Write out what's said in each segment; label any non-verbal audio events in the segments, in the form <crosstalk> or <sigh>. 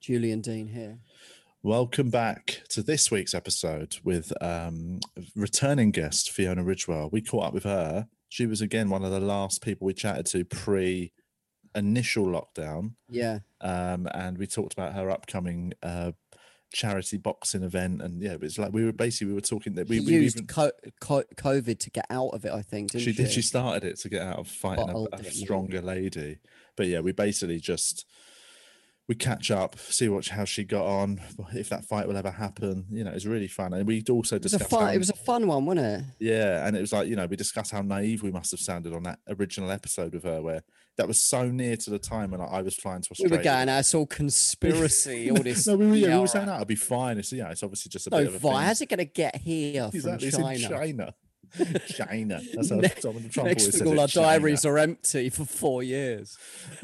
Julian Dean here. Welcome back to this week's episode with um, returning guest Fiona Ridgewell. We caught up with her. She was again one of the last people we chatted to pre initial lockdown. Yeah, Um, and we talked about her upcoming uh, charity boxing event. And yeah, it was like we were basically we were talking that we, we, we used even- co- co- COVID to get out of it. I think didn't she she? did. She started it to get out of fighting a, Bottled a it, yeah. stronger lady. But yeah, we basically just we catch up, see what how she got on, if that fight will ever happen. You know, it's really fun, and we also It was a discussed. fun. how- It was a fun one, wasn't it? yeah, and it was like you know we discussed how naive we must have sounded on that original episode with her, where that was so near to the time when I was flying to We Australia. were going. That's <laughs> all conspiracy. all this. no, we were, yeah, we yeah, were saying alright. that'll be fine. It's yeah, it's obviously just a No, bit of a Vi, thing. how's it going to get here Exactly, it's from in China? China. <laughs> China. <laughs> That's how Ne- Donald Trump always Next thing, says all it, our China. diaries are empty for four years.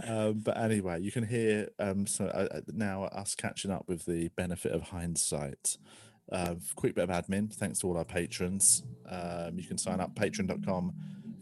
um, but anyway, you can hear um, so uh, uh, now us catching up with the benefit of hindsight. Uh, quick bit of admin. Thanks to all our patrons. Um, you can sign up patreon.com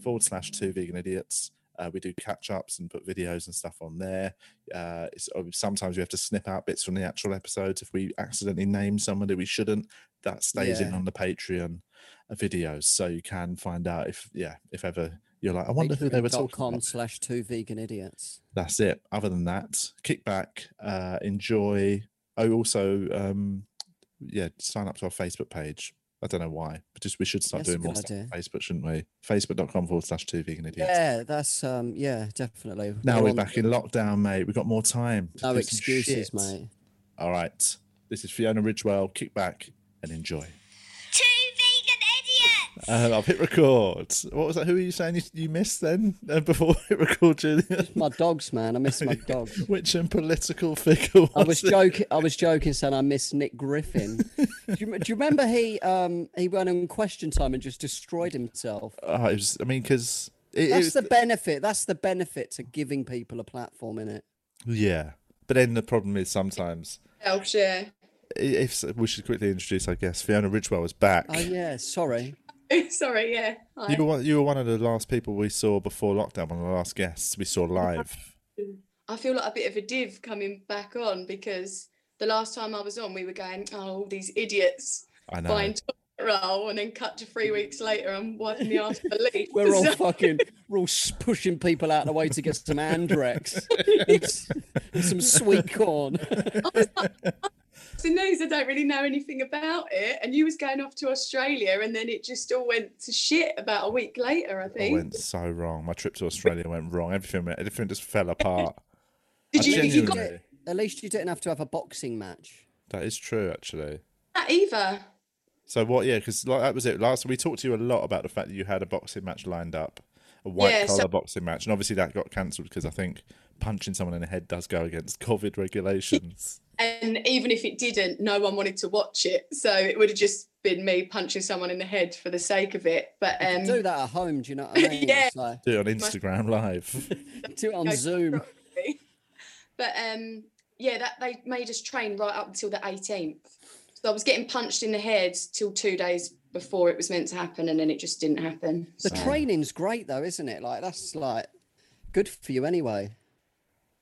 forward slash two vegan idiots. Uh, we do catch ups and put videos and stuff on there. Uh, it's, uh, sometimes we have to snip out bits from the actual episodes if we accidentally name somebody we shouldn't. That stays in Yeah. on the Patreon uh, videos, so you can find out if yeah, if ever you're like, I wonder who they were talking Patreon.com about slash two vegan idiots. that's it. Other than that, kick back, uh, enjoy. Oh, also, um, yeah, sign up to our Facebook page. I don't know why, but just we should start That's a doing more good stuff on idea. Facebook, shouldn't we? Facebook.com forward slash two vegan idiots. Yeah, that's um. Yeah, definitely. Now we're on- back in lockdown, mate. We've got more time. to No do some excuses, shit. mate. All right. This is Fiona Ridgewell. Kick back and enjoy. Two vegan idiots. <laughs> Uh, I've hit record. What was that? Who were you saying you, you missed then uh, before <laughs> I hit record, Julian? <laughs> My dogs, man. I miss my dogs. Which political figure was I was it? joking. I was joking, saying I miss Nick Griffin. do, you, do you remember he um he went on Question Time and just destroyed himself? Oh, it was, I mean, because it, it That's was- the benefit. That's the benefit to giving people a platform in it. yeah. But then the problem is sometimes Oh, sure. i- if we should quickly introduce, I guess Fiona Ridgewell was back. Oh yeah, sorry. <laughs> Sorry, yeah. Hi. You were one, you were one of the last people we saw before lockdown. One of the last guests we saw live. I feel like a bit of a div coming back on because the last time I was on, we were going, oh, all these idiots I know. buying toilet roll and then cut to three weeks later, I'm wiping the ass for leaf. We're all <laughs> So- fucking. We're all s- pushing people out of the way to get some Andrex <laughs> and, s- and some sweet corn. the news, I don't really know anything about it. And you was going off to Australia and then it just all went to shit about a week later, I It think. went so wrong. My trip to Australia went wrong. Everything went- everything just fell apart. Did I you, did you got genuinely- At least you didn't have to have a boxing match. that is true, actually. that either? So what? Yeah, because like, that was it. Last we talked to you a lot about the fact that you had a boxing match lined up, a white Yeah, so- collar boxing match, and obviously that got cancelled because I think punching someone in the head does go against <laughs> COVID regulations. And even if it didn't, no one wanted to watch it. So it would have just been me punching someone in the head for the sake of it. But You um, could do that at home. Do you know what I mean? <laughs> Yeah. It's like, Do it on Instagram <laughs> Live. <laughs> do it on go Zoom. properly. <laughs> But um, yeah, that they made us train right up until the 18th. So I was getting punched in the head till two days before it was meant to happen, and then it just didn't happen. The So- training's great though, isn't it? Like that's like good for you anyway.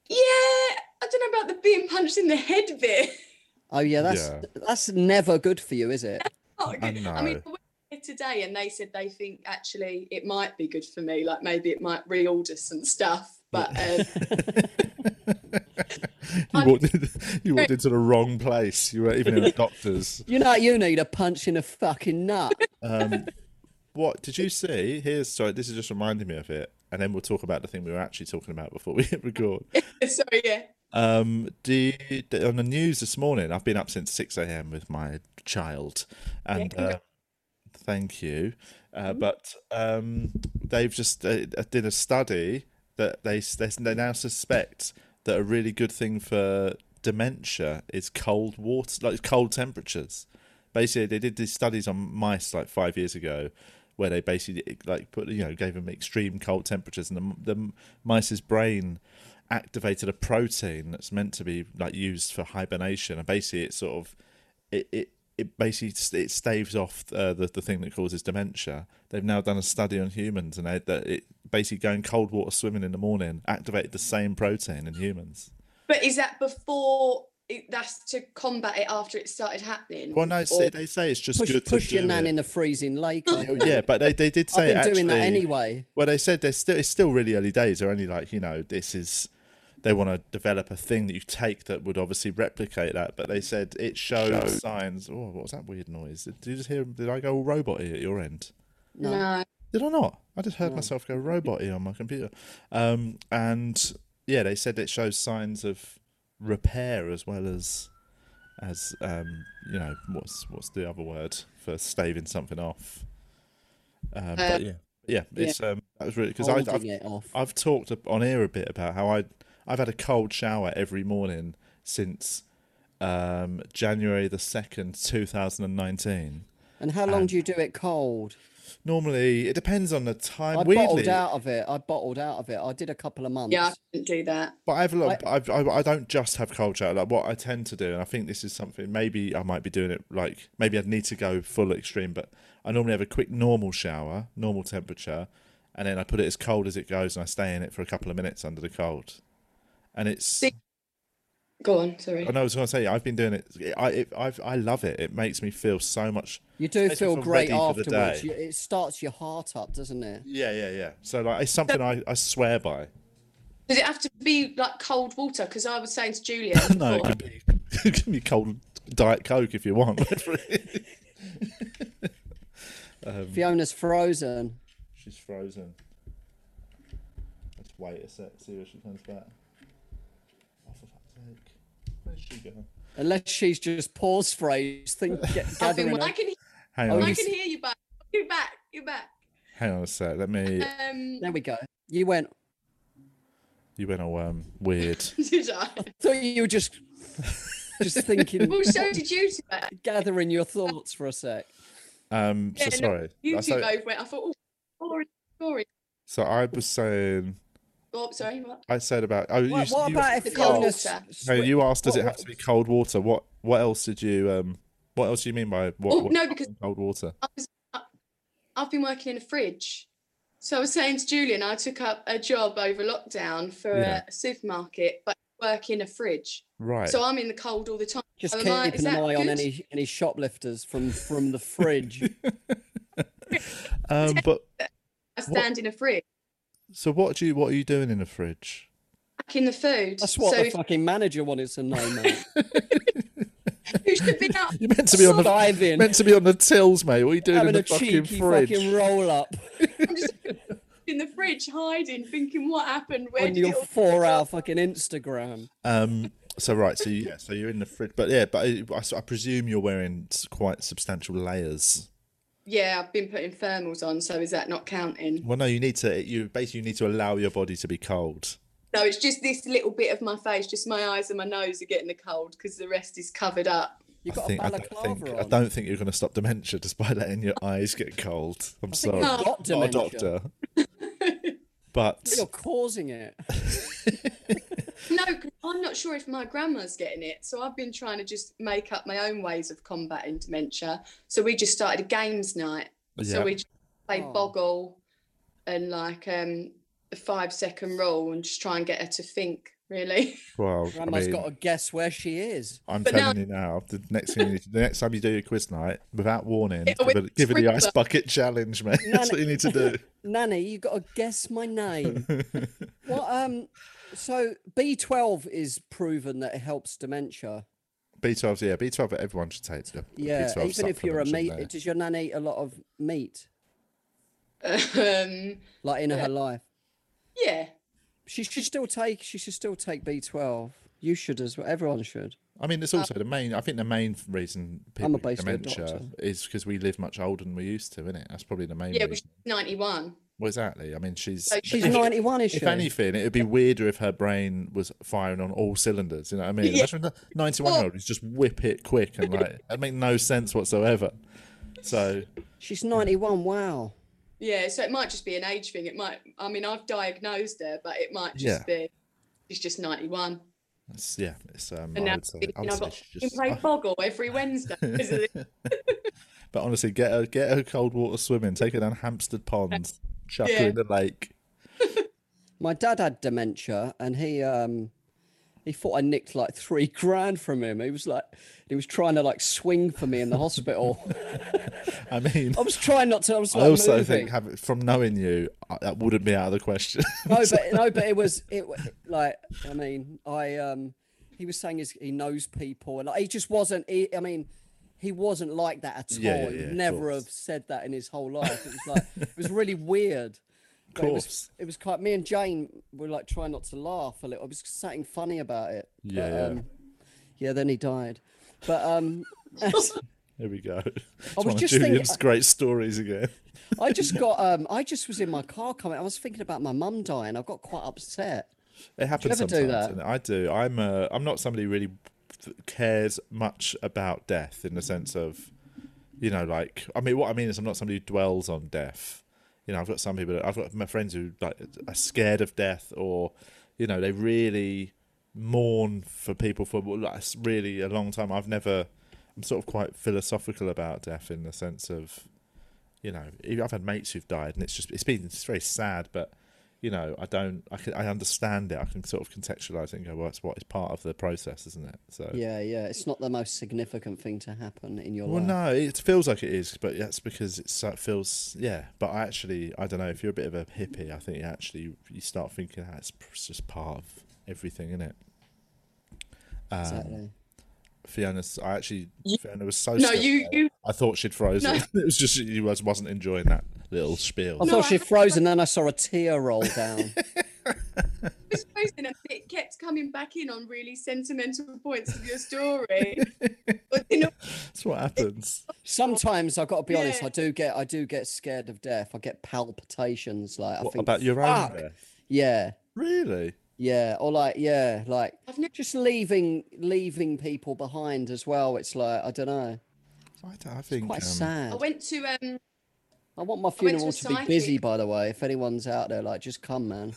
yeah, I don't know about the being punched in the head bit. <laughs> Oh yeah, that's Yeah. that's never good for you, is it? Not I good. I mean, know. I went here today, and they said they think actually it might be good for me. Like maybe it might reorder some stuff. <laughs> But um, <laughs> you walked, in, you walked into the wrong place. You weren't even in a doctor's. You know, you need a punch in the <laughs> fucking nut. Um, what did you see? Here's sorry. This is just reminding me of it, and then we'll talk about the thing we were actually talking about before we <laughs> hit record. sorry, yeah. Um, do you, d- on the news this morning, I've been up since 6 a.m. with my child, and uh, thank you. Uh, but um, they've just uh, did a study that they, s- they s- they now suspect that a really good thing for dementia is cold water, like cold temperatures. Basically, they did these studies on mice like five years ago, where they basically like put you know gave them extreme cold temperatures, and the the mice's brain activated a protein that's meant to be like used for hibernation, and basically it sort of it it. It basically s- it staves off uh, the the thing that causes dementia. They've now done a study on humans, and they, that it basically going cold water swimming in the morning activated the same protein in humans. But is that before? It, that's to combat it after it started happening. Well, no, it's- Or- they say it's just Push, good push to your do nan it. Oh, in a freezing lake. I think. Yeah, but they, they did I've say been actually, doing that anyway. Well, they said they're still it's still really early days. They're only like you know this is they want to develop a thing that you take that would obviously replicate that. But they said it showed signs. Oh, what was that weird noise? Did you just hear? Did I go all robot at your end? no. Did I not? I just heard myself go robot on my computer. Um, and yeah, they said it shows signs of repair as well as as um, you know what's what's the other word for staving something off. Um, but yeah, yeah, it's um, that was really because Holding I've it off. I've talked ab- on air a bit about how I I've had a cold shower every morning since um, January the second, two thousand and nineteen. And how long do you do it cold? Normally, it depends on the time. I bottled Weirdly, out of it. I bottled out of it. I did a couple of months. Yeah, I couldn't do that. But I've look, I've, I, I don't just have cold shower. Like what I tend to do, and I think this is something maybe I might be doing it. Like maybe I'd need to go full extreme, but I normally have a quick normal shower, normal temperature, and then I put it as cold as it goes, and I stay in it for a couple of minutes under the cold. And it's Go on, sorry. I know I was going to say I've been doing it. I it, I've, I love it. It makes me feel so much. You do makes me feel feel great ready for the afterwards. day. You- It starts your heart up, doesn't it? Yeah, yeah, yeah. So like it's something I, I swear by. Does it have to be like cold water? Because I was saying <laughs> to Julia, <laughs> No, it before, could be <laughs> it could be cold diet coke if you want. <laughs> Fiona's frozen. She's frozen. Let's wait a sec, see if she comes back. Oh, for fuck's sake. Where's she going? Unless she's just pause phrase, think get, I've been- gathering. <laughs> I up. can, Hang on, Oh, I a can s- hear you back. You're back. You're back. hang on a sec. Let me. Um, <laughs> There we go. You went. You went all um, weird. did I? Thought you were just just thinking, <laughs> Well, so did <laughs> you two. back. gathering your thoughts for a sec. Um, <laughs> Yeah, so no, sorry. You two so, both went. I thought, oh, boring, boring. so I was saying, Oh, sorry. What? I said about. Oh, What, you, what you, about if The cold Fiona's? water. No, you asked. Does what- it have to be cold water? What What else did you um? What else do you mean by what? Oh, what- no, Uh, because- cold water. I've been working in a fridge. So I was saying to Julian, I took up a job over lockdown for Yeah. a supermarket, but work in a fridge. Right. So I'm in the cold all the time. Just Am keeping I- is an that eye on good? any any shoplifters from from the fridge. um, but I stand in a fridge, so what do you? What are you doing in the fridge? back in the food. <laughs> That's what so the if fucking manager wanted to know, mate. <laughs> you should <laughs> be out. You're meant to be on the Diving, meant to be on the tills, mate. What are you doing in having the a fucking cheeky fridge? fucking roll up in the fridge hiding, thinking what happened, where on did your it all four hour fucking Instagram. Um. So right. So <laughs> yeah. So you're in the fridge, but yeah. But I, I s- I presume you're wearing s- quite substantial layers. Yeah, I've been putting thermals on, so is that not counting? Well, no. You need to. You basically need to allow your body to be cold. No, it's just this little bit of my face, just my eyes and my nose are getting the cold because the rest is covered up. You I got think. a I don't balaclava think. on. I don't think you're going to stop dementia just by letting your eyes get cold. I'm sorry. You've got not a dementia. doctor. <laughs> but You're <laughs> causing it. No, 'cause I'm not sure if my grandma's getting it, so I've been trying to just make up my own ways of combating dementia. So we just started a games night. Yeah. So we just played Oh. Boggle and like um the five second rule and just try and get her to think, really. <laughs> well, I Grandma's mean, got to guess where she is. I'm But telling you now. The next thing, you need to, the next time you do your quiz night, without warning, Yeah, give with it, give it the sprinkler. ice bucket challenge, mate. That's what you need to do. Nanny, you got to guess my <laughs> name. what? Um. So B12 is proven that it helps dementia. B12, yeah, B12. Everyone should take. the Yeah, B12 even if you're a supplement, meat, shouldn't they? does your nan eat a lot of meat, um like in her life? yeah. She should still take. She should still take B12. You should as well. Everyone should. I mean, it's also the main. I think the main reason uh, I'm people a get baseball dementia doctor. is because we live much older than we used to, isn't it? That's probably the main Yeah, but she's reason. 91. Well, exactly. I mean, she's So She's if- 91, is she? If anything, it would be weirder if her brain was firing on all cylinders. You know what I mean? Yeah. Imagine the 91 year old who's just whip it quick and like, that make no sense whatsoever. So, She's 91. Wow. Yeah, so it might just be an age thing. It might. I mean, I've diagnosed her, but it might just be she's just ninety-one. it's, yeah, it's, um, And now I I'm would say, thinking I would I've say got she's to just- play I- Boggle every Wednesday. isn't it? <laughs> but honestly, get her, get her cold water swimming, take her down Hampstead Pond, chuck her Yeah. in the lake. My dad had dementia, and he um he thought I nicked like three grand from him. He was like, he was trying to like swing for me in the hospital. I mean, I was trying not to. I was <laughs> I like, also moving. think have, from knowing you, I- that wouldn't be out of the question. <laughs> no, but no, but it was it wa- like I mean I um he was saying his, he knows people and like, he just wasn't he, I mean he wasn't like that at all. Yeah, yeah, he yeah, would of never course. have said that in his whole life. It was like it was <laughs> really weird. But It was, course. it was quite me and Jane were like trying not to laugh a little. It was something funny about it. But, Yeah, yeah. um, yeah. Then he died, but um, Here we go. It's was one of just thinking- Julian's great stories again. I just got um, I just was in my car coming. I was thinking about my mum dying. I got quite upset. It happens ever do sometimes. that? and I do. I'm uh, I'm not somebody who really th- cares much about death in the sense of, you know, like I mean, what I mean is I'm not somebody who dwells on death. You know, I've got some people. that- I've got my friends who like are scared of death, or you know, they really mourn for people for like s- really a long time. I've never. I'm sort of quite philosophical about death in the sense of, you know, even- I've had mates who've died, and it's just it's been it's very sad, but you know, I don't, I can, I understand it. I can sort of contextualize it and go, well, it's what is part of the process, isn't it? So, Yeah, yeah. It's not the most significant thing to happen in your well, life. no, it feels like it is, but that's because it's, it feels, yeah. But I actually, I don't know. If you're a bit of a hippie, I think you actually you start thinking that's it's just part of everything, isn't it? Um, Exactly. Fiona's, I actually, Fiona was so. No, still you- there. you- I thought she'd frozen. <laughs> it was just you was wasn't enjoying that little spiel. I No, thought I she haven't- froze, and then I saw a tear roll <laughs> down. It's crazy, and it kept coming back in on really sentimental points of <laughs> your story. but you know, That's what happens. Sometimes I've got to be honest. Yeah. I do get, I do get scared of death. I get palpitations. Like I What think about your own? "Fuck!" death? Yeah, Really? yeah. Or like, yeah, like I've never. just leaving, leaving people behind as well. It's like I don't know. I, don't- I think Quite um, sad. I went to um. I want my I went to funeral a to be busy. psychic. By the way, if anyone's out there, like, just come, man.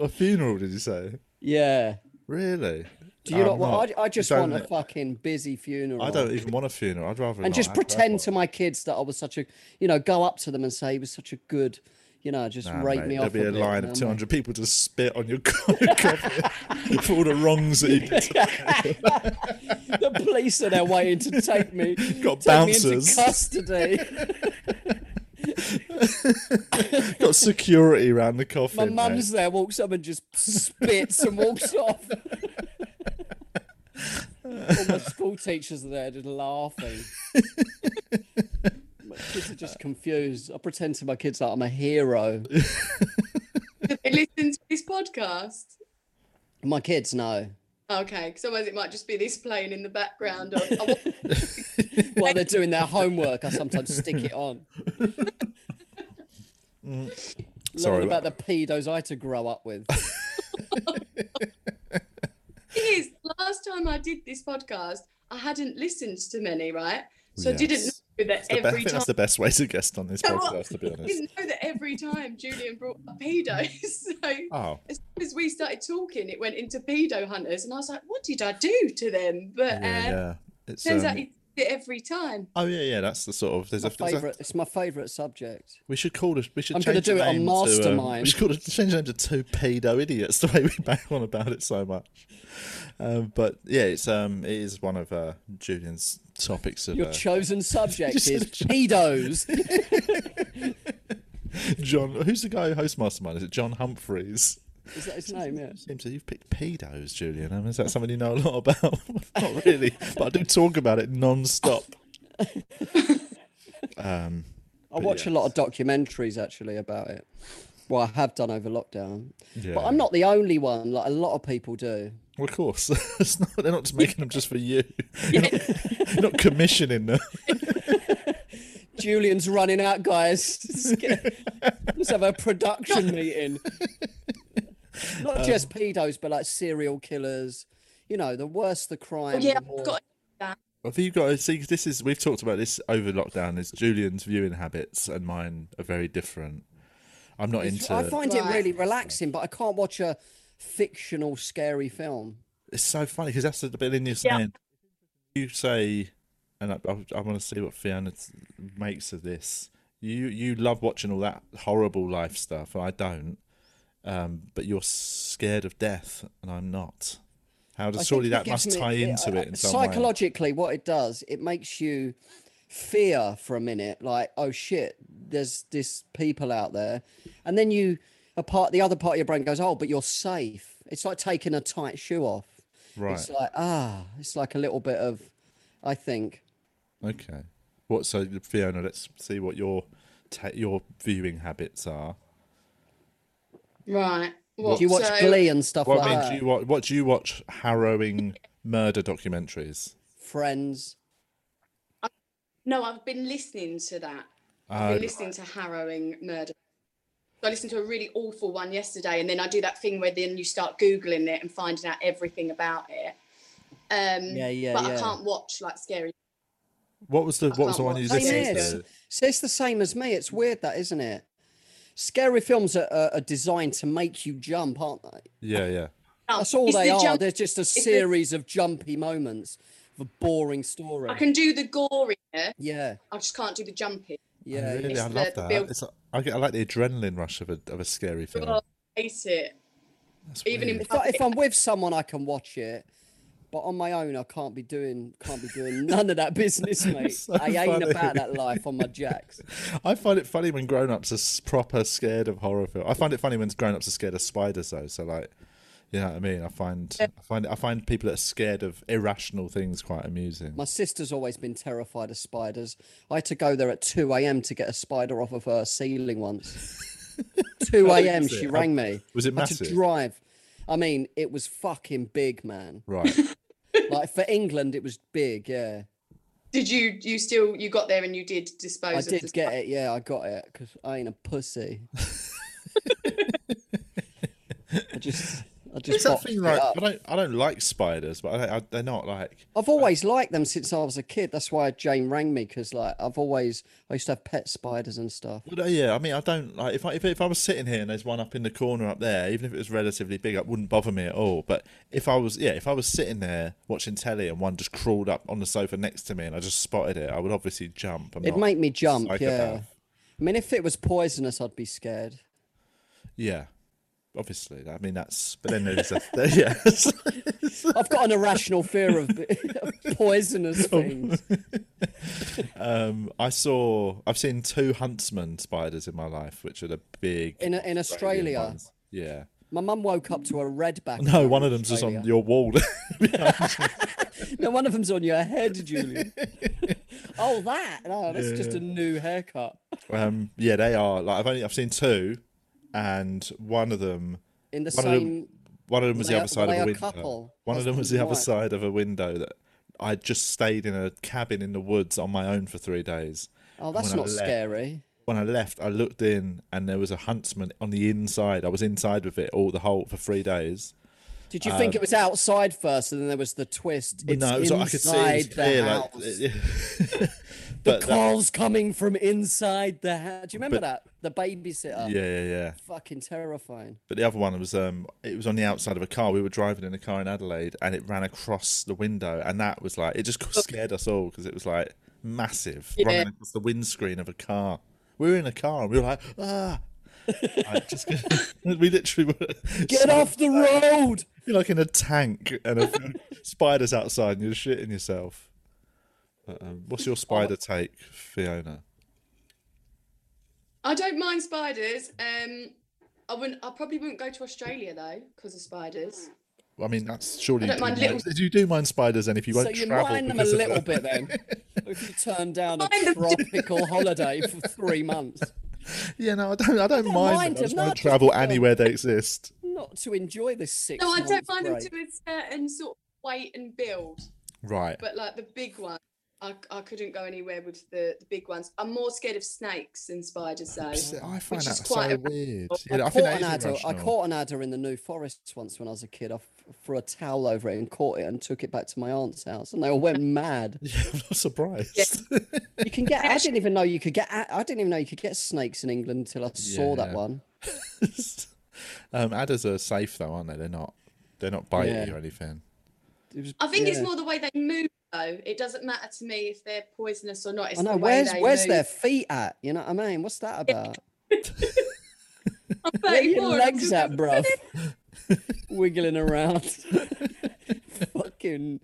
A funeral, did you say? Yeah. Really? Do you I'm not? want I, I just don't want a know- fucking busy funeral. I don't even want a funeral. I'd rather. and not just have that pretend one. to my kids that I was such a, you know, go up to them and say he was such a good, you know, just Nah, rate mate, me There'll off. be a bit, line you of know, two mate. hundred people just spit on your <laughs> <laughs> coffin for all the wrongs that you did. the police are there <laughs> waiting to take me. Got take me into bouncers. <laughs> custody. Got security around the coffin. My mate. mum's there, walks up and just spits and <laughs> walks off. All my school teachers are there just laughing. my kids are just confused. I pretend to my kids that I'm a hero. Did they listen to this podcast? My kids know. Okay, because otherwise it might just be this playing in the background. Of, oh, <laughs> I want While they're doing their homework, I sometimes stick it on. Sorry Sorry about the pedos I had to grow up with. thing is, last time I did this podcast, I hadn't listened to many, right? So I Yes. didn't know that The be- I every think time. that's the best way to guest <laughs> on this So what- podcast, to be I honest. didn't know that every time Julian brought up pedos. <laughs> So Oh, as soon as we started talking, it went into pedo hunters, and I was like, "What did I do to them?" But yeah, uh, yeah. It's, turns um, out he did it every time. oh yeah, yeah. That's the sort of. There's My a, there's a- favorite. It's my favorite subject. we should call it. We should. I'm gonna change do the it on name to, um, we Mastermind. should call it, change the name to two pedo idiots. <laughs> The way we bang on about it so much. Um, but yeah, it's um, it is one of uh, Julian's topics of Your uh, chosen subject Just is said cho- pedos. <laughs> John. Who's the guy who hosts Mastermind? Is it John Humphreys? Is that his name? Yeah. Seems that you've picked pedos, Julian. Um, is that something you know a lot about? <laughs> Not really, but I do talk about it non-stop. <laughs> um, I watch a lot of documentaries actually about it. Well, I have done over lockdown, yeah. but I'm not the only one. Like a lot of people do. Well, of course, <laughs> it's not, they're <laughs> not just making them just for you. You're not, you're not commissioning them. Do Julian's running out, guys. <laughs> Let's, get- let's have a production meeting. Not just pedos, but like serial killers. You know, the worse the crime. Oh, yeah, the I've more- got I think you've got to see 'cause this is we've talked about this over lockdown. Is Julian's viewing habits and mine are very different. I'm not into. I find it Right. really relaxing, but I can't watch a fictional scary film. it's so funny because that's the bit in your Yeah. saying. You say, and I, I, I want to see what Fiona t- makes of this. You you love watching all that horrible life stuff, and I don't. Um, but you're scared of death, and I'm not. How I does think surely it that gives must me- uh, tie into I- it in some way? psychologically, what it does, it makes you fear for a minute, like, oh shit, there's this people out there, and then you, a part, the other part of your brain goes, oh, but you're safe. It's like taking a tight shoe off. Right. It's like ah, it's like a little bit of, I think. Okay. What so Fiona? Let's see what your ta- your viewing habits are. right. What, Do you watch so- Glee and stuff What like I mean, that? do you watch? What do you watch? Harrowing murder documentaries. Friends. No, I've been listening to that. I've Uh, been listening to harrowing murder. So I listened to a really awful one yesterday, and then I do that thing where then you start googling it and finding out everything about it. Um, Yeah, yeah, But yeah. I can't watch like scary. what was the what was can't the one watch Oh, you that. listened Yes. to? So it's the same as me. It's weird that, isn't it? Scary films are, are, are designed to make you jump, aren't they? Yeah, yeah. Oh, That's all it's they the are. jump- They're just a the- series of jumpy moments of a boring story. I can do the gore in it. Yeah, I just can't do the jumping. yeah. I Oh, really, it's I the- love the that. build- It's like, I get I like the adrenaline rush of a of a scary film. I hate it. That's even in weird. If, I, if I'm with someone, I can watch it. But on my own, I can't be doing can't be <laughs> doing none of that business, mate. So I ain't funny. about that life on my jacks. I find it funny when grown ups are s- proper scared of horror film. I find it funny when grown ups are scared of spiders though. So like, you know what I mean? I find I find I find people that are scared of irrational things quite amusing. My sister's always been terrified of spiders. I had to go there at two a.m. to get a spider off of her ceiling once. <laughs> two a.m. She it? rang me. was it I had to massive? drive. I mean, it was fucking <laughs> big, man. Right. Like for England, it was big. Yeah. Did you? You still? You got there and you did dispose. I of the did get it. Yeah, I got it because I ain't a <laughs> pussy. I just, I It's just. that boxed thing it like up. I don't I don't like spiders, but I, I, they're not like I've always liked them since I was a kid. That's why Jane rang me because, like, I've always I used to have pet spiders and stuff. Well, no, yeah, I mean, I don't like if I if, if I was sitting here and there's one up in the corner up there, even if it was relatively big, it wouldn't bother me at all. But if I was, yeah, if I was sitting there watching telly and one just crawled up on the sofa next to me and I just spotted it, I would obviously jump. I'm It'd not make me a jump. Yeah. psychopath. I mean, if it was poisonous, I'd be scared. yeah, obviously. I mean, that's but then there's a, <laughs> there, yes, I've got an irrational fear of b- <laughs> <laughs> of poisonous Oh. things. um, I saw I've seen two huntsman spiders in my life, which are the big In in Australian Australia, ones. Yeah, my mum woke up to a redback. no, attack one in of them's just on Australia. your wall. <laughs> <laughs> No, one of them's on your head, <laughs> Julian. oh, that? No, that's just a new haircut. Um, yeah, they are. Like I've only I've seen two, and one of them, In the One of them- same. one of them was the They other are- side of they a are window. couple, One of them husband was the and other wife. side of a window that I just stayed in a cabin in the woods on my own for three days. Oh, that's when I not left- scary. When I left, I looked in, and there was a huntsman on the inside. I was inside with it all the whole for three days. Did you think it was outside first, and then there was the twist? It's Uh, no, it was, I could see inside it was clear. the house. Like, <laughs> but that- Calls coming from inside the house. Do you remember that? The babysitter. yeah, yeah, yeah. Fucking terrifying. But the other one was um, it was on the outside of a car. We were driving in a car in Adelaide, and it ran across the window, and that was like it just Oh. scared us all because it was like massive running across the windscreen of a car. We were in a car, and we were like, ah. Like, just, <laughs> we literally were Get off the road! You're like in a tank, and a <laughs> few spiders outside, and you're shitting yourself. But, um, what's your Oh. spider take, Fiona? I don't mind spiders. Um, I wouldn't. I probably wouldn't go to Australia though because of spiders. I mean, that's surely I don't you do mind mind- you do mind spiders, and if you So won't you travel mind them a because of little that- bit then. <laughs> If you turn down a Mind them. tropical holiday for three months, Yeah, no, I don't. I don't mind. mind them. I just them, no, want to just- travel anywhere they exist. not to enjoy this six. No, I don't months mind them break. to a certain sort of weight and build, Right. but like the big one, I, I couldn't go anywhere with the, the big ones. I'm more scared of snakes than spiders, though. So I find is that quite so irrational. <laughs> weird. I, Yeah, I, caught think that an is adder, I irrational. caught an adder in the New Forest once when I was a kid. I f- threw a towel over it and caught it and took it back to my aunt's house, and they all <laughs> went mad. <laughs> Yeah, I'm not surprised. You can get. I didn't even know you could get. a- I didn't even know you could get snakes in England until I saw that Yeah. one. <laughs> um, adders are safe though, aren't they? They're not. They're not biting Yeah. you or anything. It was, I think it's yeah. more the way they move, though. It doesn't matter to me if they're poisonous or not. It's I know the way where's they where's move. <laughs> their feet at? You know what I mean? What's that about? I'm Where are 34 your and I'm legs still <laughs> at, bruv? <laughs> Wiggling around. <laughs> Fucking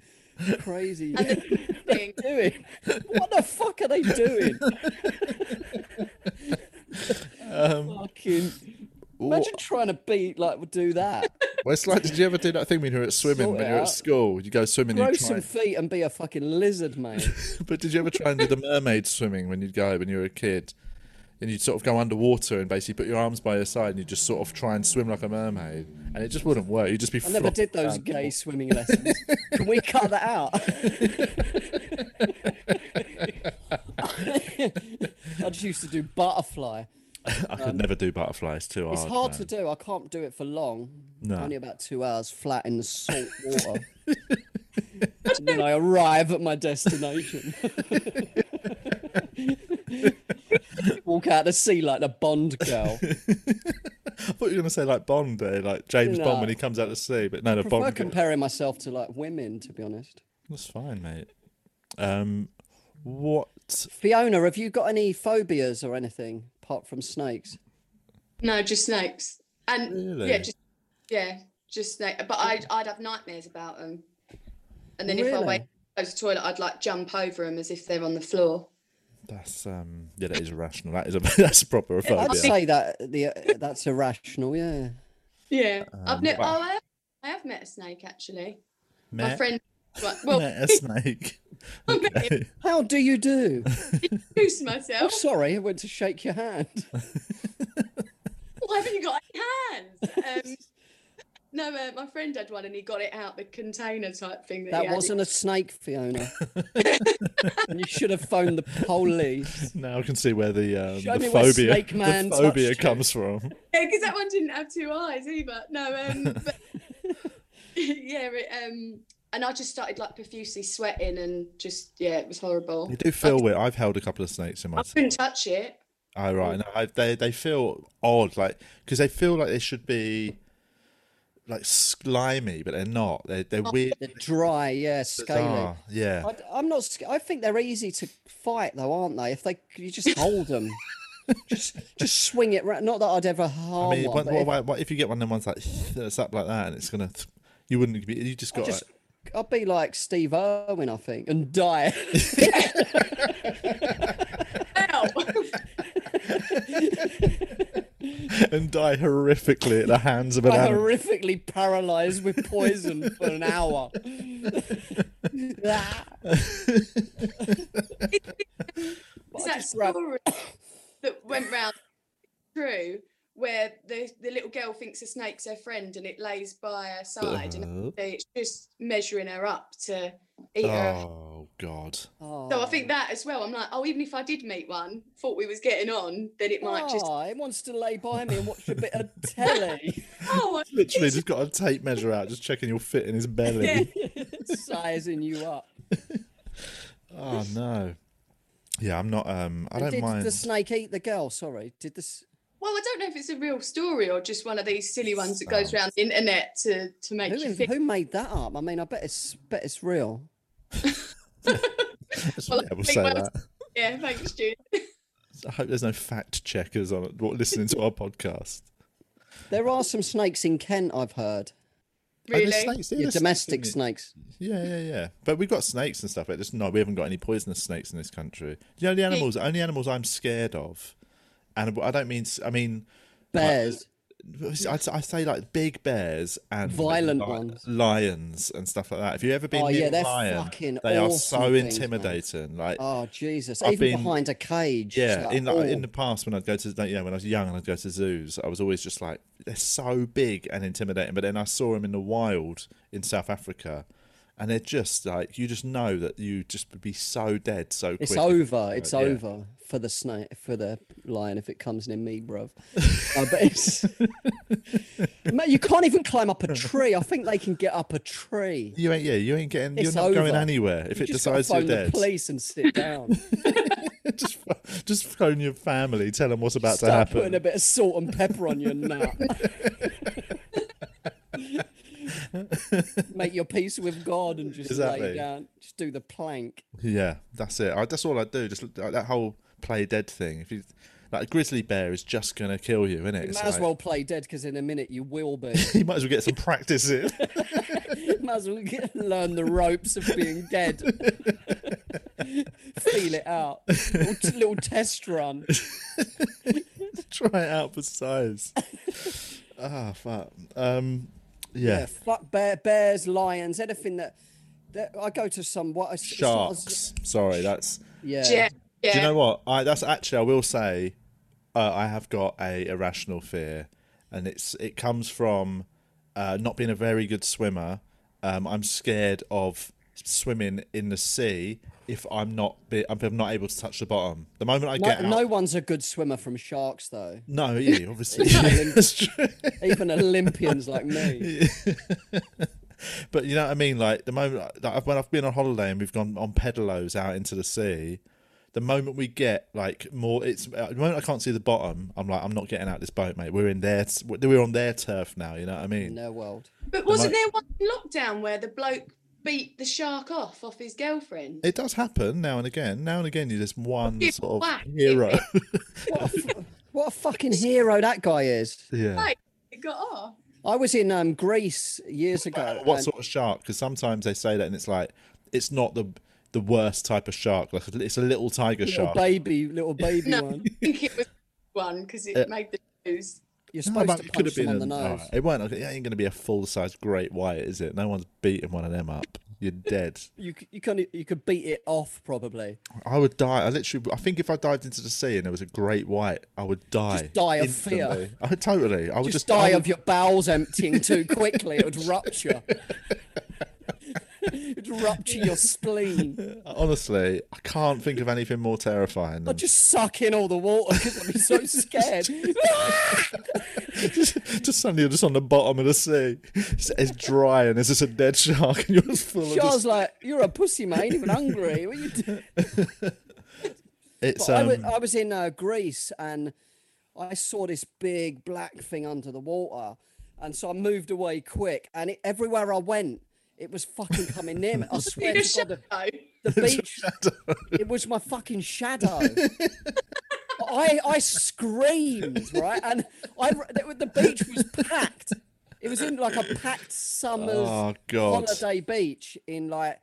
crazy. What are <laughs> thinking, they doing? <laughs> What the fuck are they doing? Um, Fucking imagine trying to beat like do that. well, it's like, did <laughs> you ever do that thing when you were at swimming? Sort When it you were at out. school, you go swimming. Grow You some try, feet and be a fucking lizard, mate. but did you ever try and <laughs> do the mermaid swimming when you'd go when you were a kid? And you'd sort of go underwater and basically put your arms by your side and you just sort of try and swim like a mermaid. And it just wouldn't work. You'd just be I never flopping did those around. gay swimming lessons. Can we cut that <laughs> out? <laughs> I just used to do butterfly. I could never do butterflies too Um, hard. It's hard man. to do. I can't do it for long. No. Only about two hours flat in the <laughs> salt water. and then I arrive at my destination. <laughs> Walk out to sea like the Bond girl. I thought you were going to say like Bond, there, like James No. Bond when he comes out to sea, but no, the I'm Bond. girl. comparing myself to like women, to be honest. That's fine, mate. Um, what? Fiona, have you got any phobias or anything apart from snakes? No, just snakes. And Really? Oh. yeah, just yeah, just snake. But I'd I'd have nightmares about them. And then if I Really? wait to go to the toilet, I'd like jump over them as if they're on the floor. That's um, yeah, that is irrational. That is a <laughs> that's a proper phobia. I'd say that the uh, that's irrational. Yeah. Yeah, I've ne- wow. oh, I have, I have met a snake actually. My Met- friend, well, met a snake. Okay. How do you <laughs> do? introduce myself. <laughs> Sorry, I went to shake your hand. Why haven't you got any hands? Um, no, uh, my friend had one and he got it out the container type thing. That, he That had. wasn't a <laughs> snake, Fiona. <laughs> and you should have phoned the <laughs> police. Now I can see where the um, Show the me where phobia Snake Man the phobia touched you. comes from. Yeah, because that one didn't have two eyes either. No, um, but <laughs> yeah, it, um, and I just started like profusely sweating and just yeah, it was horrible. They do feel weird. I've held a couple of snakes in my. I couldn't touch it. Oh right, no, I, they they feel odd, like because they feel like they should be like slimy, but they're not. They're they're weird. They're dry, yeah, scaly. bizarre. Yeah. I, am not. sc- I think they're easy to fight, though, aren't they? If they, you just hold <laughs> them, just just swing it. round. Not that I'd ever I harm mean, what, one. but what, if- what, what if you get one of them ones like that's up like that, and it's gonna, you wouldn't be, you just got just, like, I'd be like Steve Irwin, I think, <laughs> and die. <laughs> Ow! <laughs> <laughs> and die horrifically at the hands of an I animal. horrifically paralyzed with poison for <laughs> an hour. Ah. <laughs> It's that just ra- story that went round true where the, the little girl thinks a snake's her friend and it lays by her side and Uh-huh. actually it's just measuring her up to eat her. Oh God! Ah, So I think that as well. I'm like, oh, even if I did meet one, thought we was getting on, then it might just Ah, it wants to lay by me and watch a bit of telly. <laughs> oh, I- Literally, just got a tape measure out, just checking you'll fit in his belly. yeah. Sizing you up. Oh no! Yeah, I'm not. Um, I don't Did mind. the snake eat the girl? Sorry. Did this? Well, I don't know if it's a real story or just one of these silly ones that goes around the internet to to make Who, you in- think. who made that up? I mean, I bet it's bet it's real. Well, yeah, we'll I say think when I that. Yeah, <laughs> thanks, Jude. I hope there's no fact checkers on what listening to our podcast. There are some snakes in Kent. I've heard. Oh, there's Really? snakes, yeah, Yeah, there's snakes domestic in it. snakes. Yeah, yeah, yeah. But we've got snakes and stuff. But just no, we haven't got any poisonous snakes in this country. The only animals, only animals I'm scared of, and I don't mean. s- I mean, Bears. I'd, I say like big bears and Violent li- ones. lions and stuff like that. If you ever been Oh, near yeah, a they're lion, fucking they are awesome so things, man. intimidating. Like Oh Jesus! I've Even been- behind a cage. it's yeah, like, in like, in oh. the past when I'd go to like, yeah when I was young and I'd go to zoos, I was always just like they're so big and intimidating. But then I saw them in the wild in South Africa, and they're just like you just know that you just would be so dead so It's quick. Uh, over. It's yeah. over for the snake for the lion if it comes near <laughs> me, bruv. Uh, but it's <laughs> Mate, you can't even climb up a tree. I think they can get up a tree. You ain't yeah, you ain't getting you're It's not going over. anywhere if You it just gotta decides you're phone the dead. police and sit down. <laughs> just ph- just phone your family, tell them what's about to Start putting happen. a bit of salt and pepper on your nut. Make your peace with God and just lay Exactly. down. Just do the plank. Yeah, that's it. I, that's all I do. Just like, that whole play dead thing. If you like a grizzly bear is just gonna kill you, isn't it? You might as well play dead because in a minute you will be. <laughs> <laughs> You might as well get some practice in. might as well get, learn the ropes of being dead. <laughs> Feel it out. Little, t- little test run. <laughs> Try it out for size. <laughs> Ah, fuck. Um, Yeah, yeah. fuck bear, bears, lions, anything that. that I go to some what it's- it's not as- Sharks. Sorry, that's. Yeah. Yeah. Yeah. Do you know what? I that's actually I will say, uh, I have got a irrational fear, and it's it comes from uh, not being a very good swimmer. Um, I'm scared of swimming in the sea if I'm not be, if I'm not able to touch the bottom. The moment I No, get out, no one's a good swimmer from sharks though. <laughs> no, yeah, obviously, <laughs> Island. That's true. Even Olympians <laughs> like me. But you know what I mean? Like the moment like, when I've been on holiday and we've gone on pedalos out into the sea, the moment we get like more, it's uh, the moment I can't see the bottom. I'm like, I'm not getting out this boat, mate. We're in their, we're on their turf now. You know what I mean? In their world. But wasn't might- there one in lockdown where the bloke beat the shark off off his girlfriend? It does happen now and again. Now and again, you just one You sort whack. of <laughs> hero. What a, fu- what a fucking hero that guy is. yeah. Like, it got off. I was in um, Greece years ago. What and- sort of shark? Because sometimes they say that, and it's like, it's not the the worst type of shark. Like it's a little tiger little shark. baby, <laughs> little baby one. I think it was <laughs> one because it made the news. You're No, supposed but to it could punch have them been on the an- nose. alright, it won't. It ain't going to be a full size great white, is it? No one's beating one of them up. You're dead. You c- you can you could beat it off probably. I would die. I literally. I think if I dived into the sea and there was a great white, I would die. die of fear. instantly. <laughs> I would totally. I would just, Just, die I of your bowels emptying too quickly. <laughs> It would rupture. <laughs> It'd rupture your spleen. would- <laughs> Honestly, I can't think of anything more terrifying. Than, I'd just suck in all the water because I'd <laughs> be so scared. just, suddenly you're just on the bottom of the sea. It's, it's dry and there's just a dead shark and you're just full of. Charles Just, like, you're a pussy, mate. Even hungry. What you do? it's But I, um. was, I was in uh, Greece and I saw this big black thing under the water, and so I moved away quick. And it, everywhere I went, it was fucking coming <laughs> near me. I swear Bigger to God, shadow. the- the beach. It was my <laughs> fucking shadow. I I screamed right, and I the, the beach was packed. It was in like a packed summer's Oh, God. holiday beach in like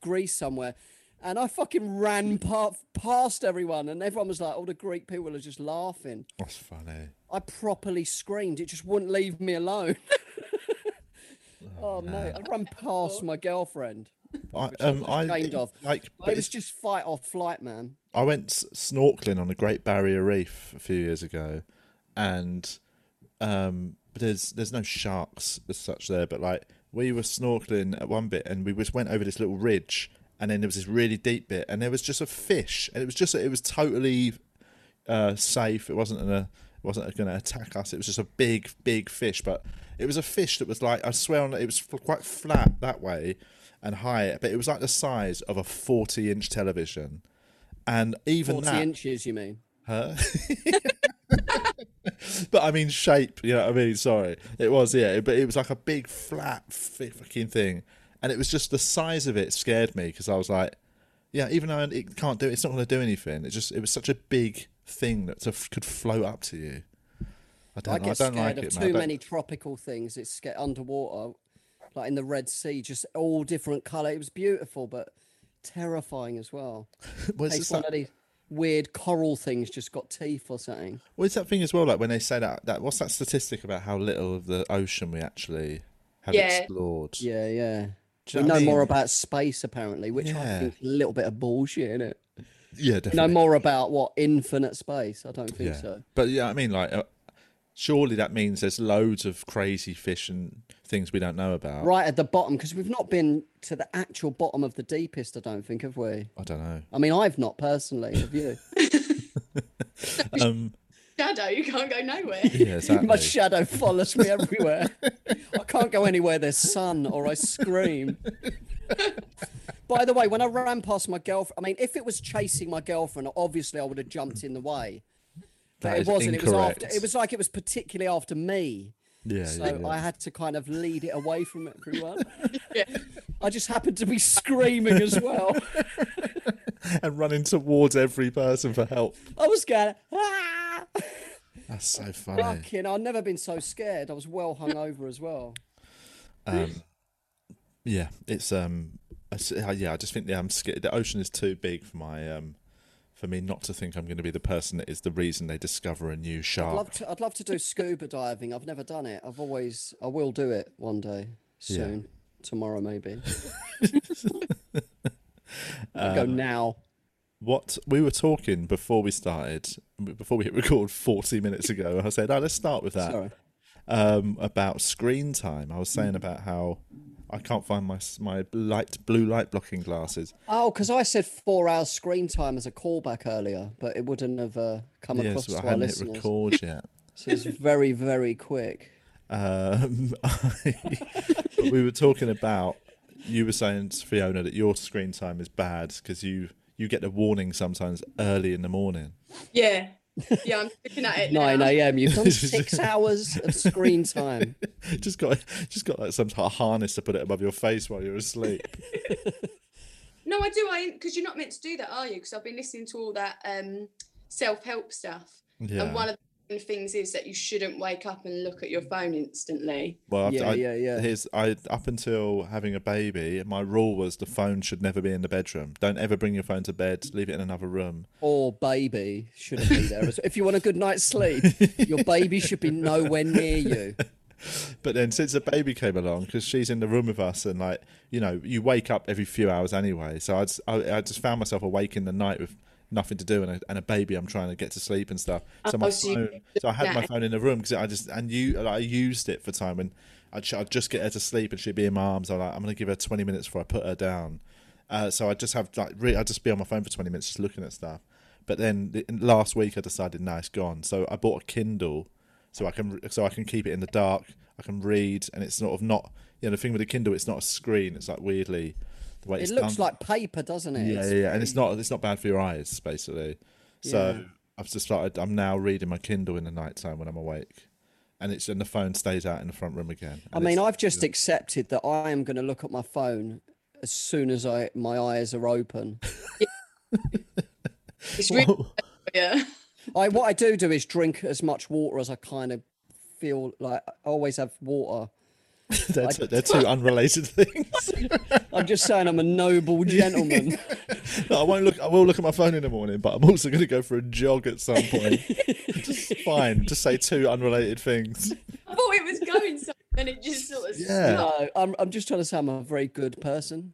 Greece somewhere, and I fucking ran pa- past everyone, and everyone was like, all the Greek people are just laughing. That's funny. I properly screamed. It just wouldn't leave me alone. <laughs> oh mate, I ran past my girlfriend. I, um, I ashamed of. like. but It it's was just fight or flight, man. I went s- snorkeling on the Great Barrier Reef a few years ago, and um, but there's there's no sharks as such there, but like we were snorkeling at one bit, and we just went over this little ridge, and then there was this really deep bit, and there was just a fish, and it was just it was totally uh, safe. It wasn't gonna it wasn't gonna attack us. It was just a big big fish, but it was a fish that was like I swear on it was f- quite flat that way and high, but it was like the size of a forty inch television. And even 40 that, inches, you mean? but I mean shape. You know what I mean? Sorry, it was yeah, but it was like a big flat f- fucking thing, and it was just the size of it scared me because I was like, yeah, even though it can't do, it's not going to do anything. It just it was such a big thing that to, could float up to you. I don't, I I get don't scared like of it, man. I too don't- many tropical things. It's scared underwater, like in the Red Sea, just all different color. It was beautiful, but terrifying as well. Well, it's It's just one that- of these weird coral things just got teeth or something. well, it's that thing as well? Like when they say that, that what's that statistic about how little of the ocean we actually have Yeah. explored? Yeah, yeah. Do you We know know what I more mean? about space apparently, which I Yeah. think is a little bit of bullshit in it. yeah, We definitely. know more about what infinite space. I don't think Yeah. so. But yeah, I mean, like, uh, surely that means there's loads of crazy fish and things we don't know about. right at the bottom because we've not been to the actual bottom of the deepest. I don't think have we? I don't <laughs> know. I mean, I've not personally. Have <laughs> you? Um, Shadow, you can't go <laughs> nowhere. yeah, exactly. <laughs> My shadow follows <laughs> me everywhere. I can't go anywhere there's sun or I scream. By the way, when I ran past my girlfriend, I mean, if it was chasing my girlfriend, obviously I would have jumped in the way. But That it is wasn't. It was after. incorrect. It was like it was particularly after me. yeah, So yeah, yeah. I had to kind of lead it away from everyone. I just happened to be screaming as well. <laughs> and running towards every person for help. I was going, ah! That's so funny. Fucking, I've never been so scared. I was well hungover as well. Um, yeah, it's um, I s- uh, yeah. I just think the um, sca- the ocean is too big for my um, for me not to think I'm going to be the person that is the reason they discover a new I'd love shark. to. I'd love to do scuba diving. I've never done it. I've always. I will do it one day soon. <laughs> Tomorrow maybe. I'll go Um, now. What we were talking before we started, before we hit record 40 minutes ago, I said, "Oh, let's start with that." Sorry. um, about screen time. I was saying Mm. about how I can't find my s- my light blue light blocking glasses. Oh, because I said four hours screen time as a callback earlier, but it wouldn't have uh, come Yes, across but I to our hadn't hit listeners. <laughs> record yet. So it's very, very quick. Um, <laughs> I- but we were talking about you were saying Fiona that your screen time is bad because you you get the warning sometimes early in the morning. <laughs> Yeah. Yeah, I'm looking <laughs> at it. Nine now. a.m. <laughs> You've done six hours of screen time. just got just got like some sort of harness to put it above your face while you're asleep. No, I do. I because you're not meant to do that, are you? Because I've been listening to all that um, self-help stuff, Yeah. and one of the things is that you shouldn't wake up and look at your phone instantly. Well, I've- Yeah, I, yeah, yeah. His, I up until having a baby, my rule was the phone should never be in the bedroom. Don't ever bring your phone to bed. Leave it in another room. Or baby shouldn't be there. as- If you want a good night's sleep, your baby should be nowhere near you. But then since the baby came along, because she's in the room with us, and like you know, you wake up every few hours anyway. So I just, I, I just found myself awake in the night with nothing to do and a, and a baby I'm trying to get to sleep and stuff. So my Oh, so you phone, so I had my that. phone in the room because I just and you, like, I used it for time when I'd, sh- I'd just get her to sleep and she'd be in my arms. I'm like, I'm gonna give her 20 minutes before I put her down. Uh, so I just have like re- I just be on my phone for 20 minutes just looking at stuff. But then the, last week I decided, no, it's gone. So I bought a Kindle so I can so I can keep it in the dark. I can read, and it's sort of not you know the thing with the Kindle. It's not a screen. It's like weirdly the way It it's looks done. like paper, doesn't it? yeah, It's- yeah, yeah, and it's not it's not bad for your eyes basically. So I've just started. I'm now reading my Kindle in the night time when I'm awake, and it's and the phone stays out in the front room again. I mean, I've just accepted that I am going to look at my phone as soon as I my eyes are open. <laughs> It's really <laughs> yeah. I what I do do is drink as much water as I kind of feel like I always have water. <laughs> they're, two, they're two unrelated <laughs> things. I'm just saying I'm a noble <laughs> gentleman. No, I won't look. I will look at my phone in the morning, but I'm also going to go for a jog at some <laughs> point. just fine. Just say two unrelated things. I thought it was going somewhere, and it just sort of Yeah. no, I'm I'm just trying to say I'm a very good person.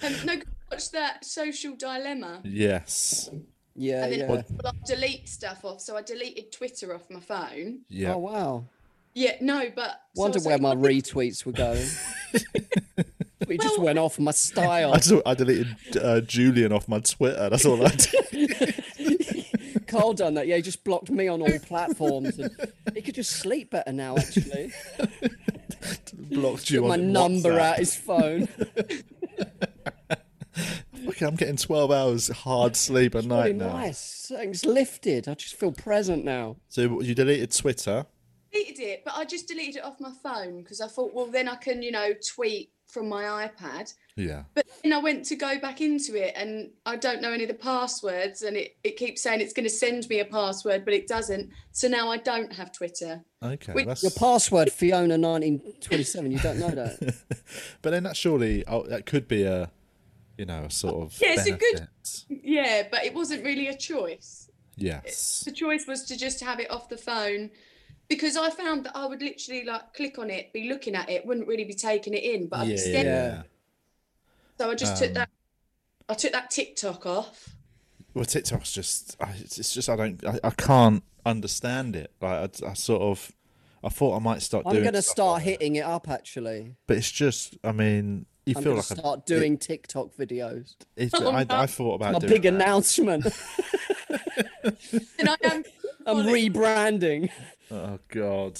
Um, no, 'cause I watched that social dilemma. Yes. Yeah, And then yeah. well, I delete stuff off, so I deleted Twitter off my phone. Yeah. Oh wow. Yeah, no, but so I Wonder was where like, my retweets were going. we just went off my style. I, just, I deleted uh, Julian off my Twitter. That's all I <laughs> did. Carl done that. Yeah, he just blocked me on all platforms. And he could just sleep better now, <laughs> actually. Blocked you Put my on number WhatsApp. out <laughs> his phone. Okay, I'm getting 12 hours hard sleep a night Really now. nice. Things lifted. I just feel present now. So you deleted Twitter. deleted it, but I just deleted it off my phone because I thought, well, then I can, you know, tweet from my iPad. Yeah. But then I went to go back into it and I don't know any of the passwords and it, it keeps saying it's going to send me a password, but it doesn't. So now I don't have Twitter. Okay. Wait, that's... Your password, Fiona1927. You don't <laughs> know that. But then that surely oh, that could be a, you know, a sort of. Yeah, it's a good- benefit. Yeah, but it wasn't really a choice. Yes. The choice was to just have it off the phone because I found that I would literally like click on it, be looking at it, wouldn't really be taking it in, but I'd be staring. Yeah. So I just took that. I took that TikTok off. Well, TikTok's just, I, it's it's just I don't, I, I can't understand it. Like I, I sort of, I thought I might start I'm doing. going to stuff start like that. hitting it up actually. But it's just, I mean, you I'm feel going like to I'm- start it- doing TikTok videos. It's, <laughs> Oh, I, no. I thought about A doing big that. announcement. And I am I'm rebranding. Oh God!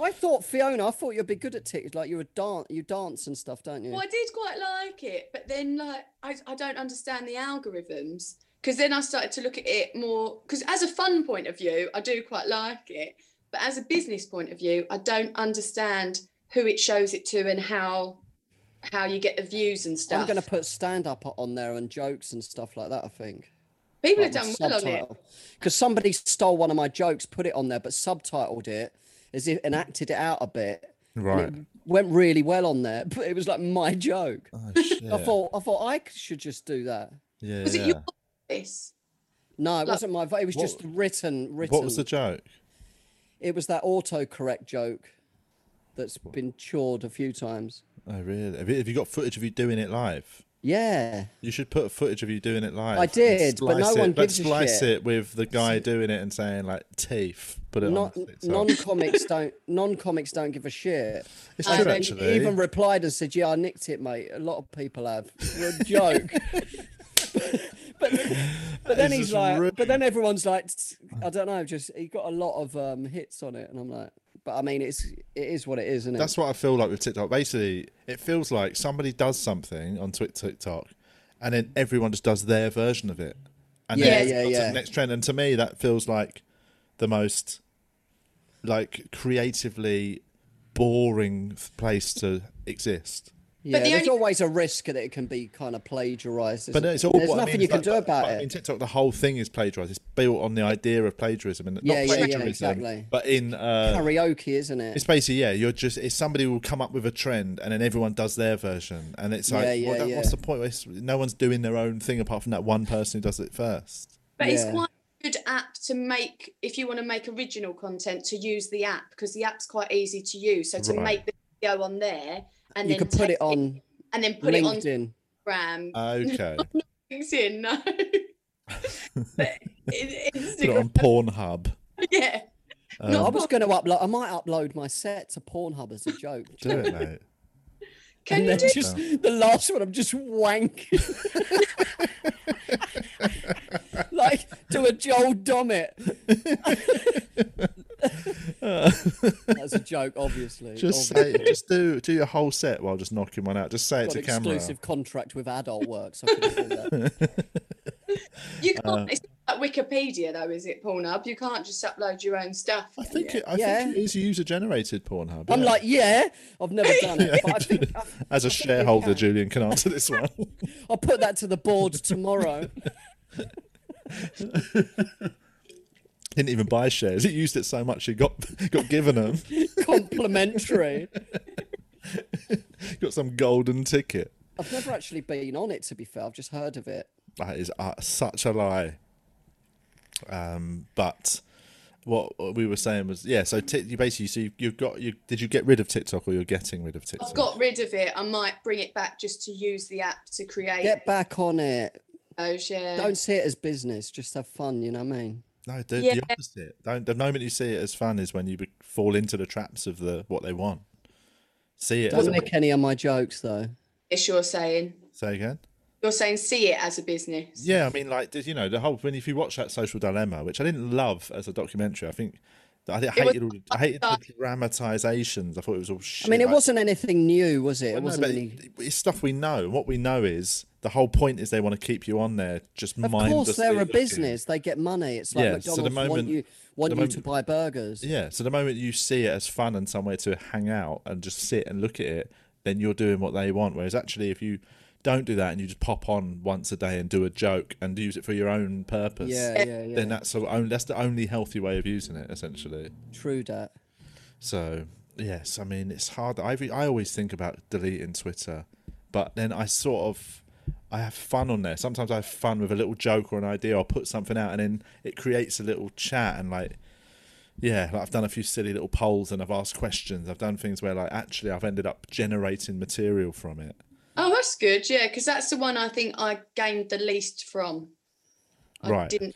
I thought Fiona. I thought you'd be good at TikTok. Like you're a dance, you dance and stuff, don't you? Well, I did quite like it, but then like I, I don't understand the algorithms because then I started to look at it more because as a fun point of view, I do quite like it, but as a business point of view, I don't understand who it shows it to and how how you get the views and stuff. I'm going to put stand up on there and jokes and stuff like that. I think. People have done well on it. Because somebody stole one of my jokes, put it on there, but subtitled it as if and acted it out a bit. <laughs> Right. Went really well on there, but it was like my joke. Oh shit! I thought I thought I should just do that. yeah. Was yeah. it your voice? No, it wasn't my. vo- It was What- just written. Written. What was the joke? It was that autocorrect joke that's been chawed a few times. Oh really? Have you, have you got footage of you doing it live? Yeah. You should put footage of you doing it live. I and did, but no splice one it, like, gives a splice shit. it with the guy doing it and saying like teeth. Put it Not on. TikTok. non-comics don't non-comics don't give a shit. It's I true don't actually. Even replied and said, "Yeah, I nicked it, mate. A lot of people have. <laughs> It's a joke." but but then It's he's just like, rude. but then everyone's like, "Tsk, I don't know. Just he got a lot of um, hits on it, and I'm like, but I mean, it's it is what it is, isn't it? That's what I feel like with TikTok. Basically, it feels like somebody does something on Twi- TikTok, and then everyone just does their version of it. And Yeah, then yeah, it's yeah. The next trend, and to me, that feels like the most like creatively boring f- place to exist. yeah, the there's only- always a risk that it can be kind of plagiarized. But isn't it's it? all. there's what I nothing mean, you it's can like- do about like, it. In TikTok, the whole thing is plagiarized. It's built on the idea of plagiarism, and Yeah, not yeah, yeah, plagiarism, exactly. but in uh, Karaoke, isn't it? It's basically yeah, you're just it's somebody will come up with a trend and then everyone does their version and it's like Yeah, what- yeah, that- what's yeah. the point? It's, no one's doing their own thing apart from that one person who does it first. But it's Yeah. quite a good app to make if you want to make original content to use the app because the app's quite easy to use. So to Right. make the video on there and you then could put take it on and then put it LinkedIn. on Instagram. Uh, <laughs> Okay, LinkedIn, no. <laughs> But in- put it on Instagram, Pornhub. <laughs> yeah. No, I was going to upload. I might upload my set to Pornhub as a joke. Do it, <laughs> mate. Can And you then do? just the last one, I'm just wanking. like do a Joel Dommett. That's a joke, obviously. Just obviously. say, just do do your whole set while just knocking one out. Just say it Got to an camera. exclusive contract with Adult Works. I can do that. You can't. uh, it's not like Wikipedia though, is it? Pornhub. You can't just upload your own stuff. I can think you? it, I Yeah. think it is user generated Pornhub. I'm yeah. like, yeah, I've never done it, but <laughs> I think I, <laughs> as a shareholder, Julian can answer this <laughs> one. I'll put that to the board tomorrow. Didn't even buy shares. He used it so much he got got given them. Complimentary. got some golden ticket. I've never actually been on it. To be fair, I've just heard of it. That is uh, such a lie. Um, but what we were saying was, yeah. So Tik you basically, so you, you've got you. Did you get rid of TikTok or you're getting rid of TikTok? I've got rid of it. I might bring it back just to use the app to create. Get back on it. those, yeah. Don't see it as business. Just have fun. You know what I mean? no, dude, Yeah. the opposite. Don't, the moment you see it as fun is when you be- fall into the traps of the what they want. See it. As Don't a, make any of my jokes though. Yes, you're saying. say again. You're saying see it as a business. Yeah, I mean, like did you know the whole when if you watch that social dilemma, which I didn't love as a documentary, I think. I did- I It was- hated, all, the- I hated the dramatizations. I thought it was all shit. I mean, it like- wasn't anything new, was it? It Well, no, wasn't but any. it- it's stuff we know. What we know is the whole point is they want to keep you on there. Just Of course, mindlessly they're a looking. business. They get money. It's like Yeah, so the McDonald's want moment- you want you the to moment- buy burgers. Yeah. So the moment you see it as fun and somewhere to hang out and just sit and look at it, then you're doing what they want. Whereas actually, if you don't do that and you just pop on once a day and do a joke and use it for your own purpose, Yeah, yeah, yeah. then that's the only, that's the only healthy way of using it essentially. True that. So yes, I mean it's hard. I re- I always think about deleting Twitter, but then I sort of I have fun on there. Sometimes I have fun with a little joke or an idea. I'll put something out, and then it creates a little chat and like. Yeah, like I've done a few silly little polls and I've asked questions. I've done things where, like, actually, I've ended up generating material from it. Oh, that's good. Yeah, because that's the one I think I gained the least from. I right. didn't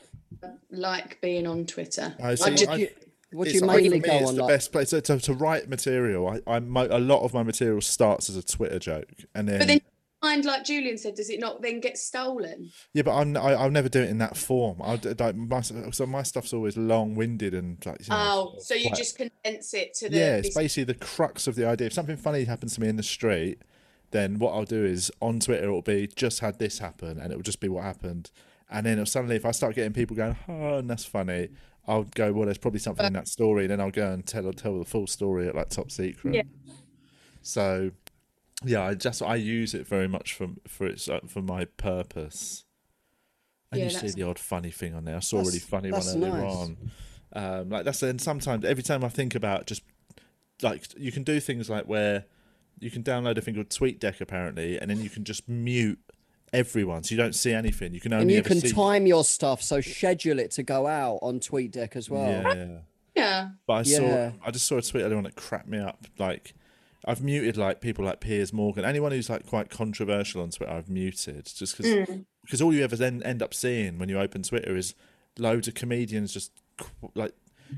like being on Twitter. I I see. just- I, What do It's- you I- for mainly me, go it's on? the Like, best place to, to, to write material. I, I mo- a lot of my material starts as a Twitter joke, and then, But then mind, like Julian said, does it not then get stolen? yeah, but I'm I, I'll never do it in that form. I d- like my so my stuff's always long winded and like. you know, Oh, sort of so you quite- just condense it to the yeah, it's this- basically the crux of the idea. If something funny happens to me in the street, then what I'll do is on Twitter it'll be just had this happen, and it'll just be what happened. And then it'll suddenly, if I start getting people going, "Oh, and that's funny," I'll go, "Well, there's probably something in that story," and then I'll go and tell tell the full story at like top secret. Yeah. So, yeah, I just I use it very much for for its uh, for my purpose. And Yeah, you see that's- the odd funny thing on there. I saw a really That's- funny one that's earlier nice. on. Um, like that's and sometimes every time I think about just like you can do things like where you can download a thing called TweetDeck apparently, and then you can just mute everyone, so you don't see anything. You can only and you ever can see. time your stuff, so schedule it to go out on TweetDeck as well. Yeah, Yeah. but I saw Yeah. I just saw a tweet earlier on that cracked me up. Like I've muted like people like Piers Morgan, anyone who's like quite controversial on Twitter, I've muted just because Mm. because all you ever then end up seeing when you open Twitter is loads of comedians just qu- like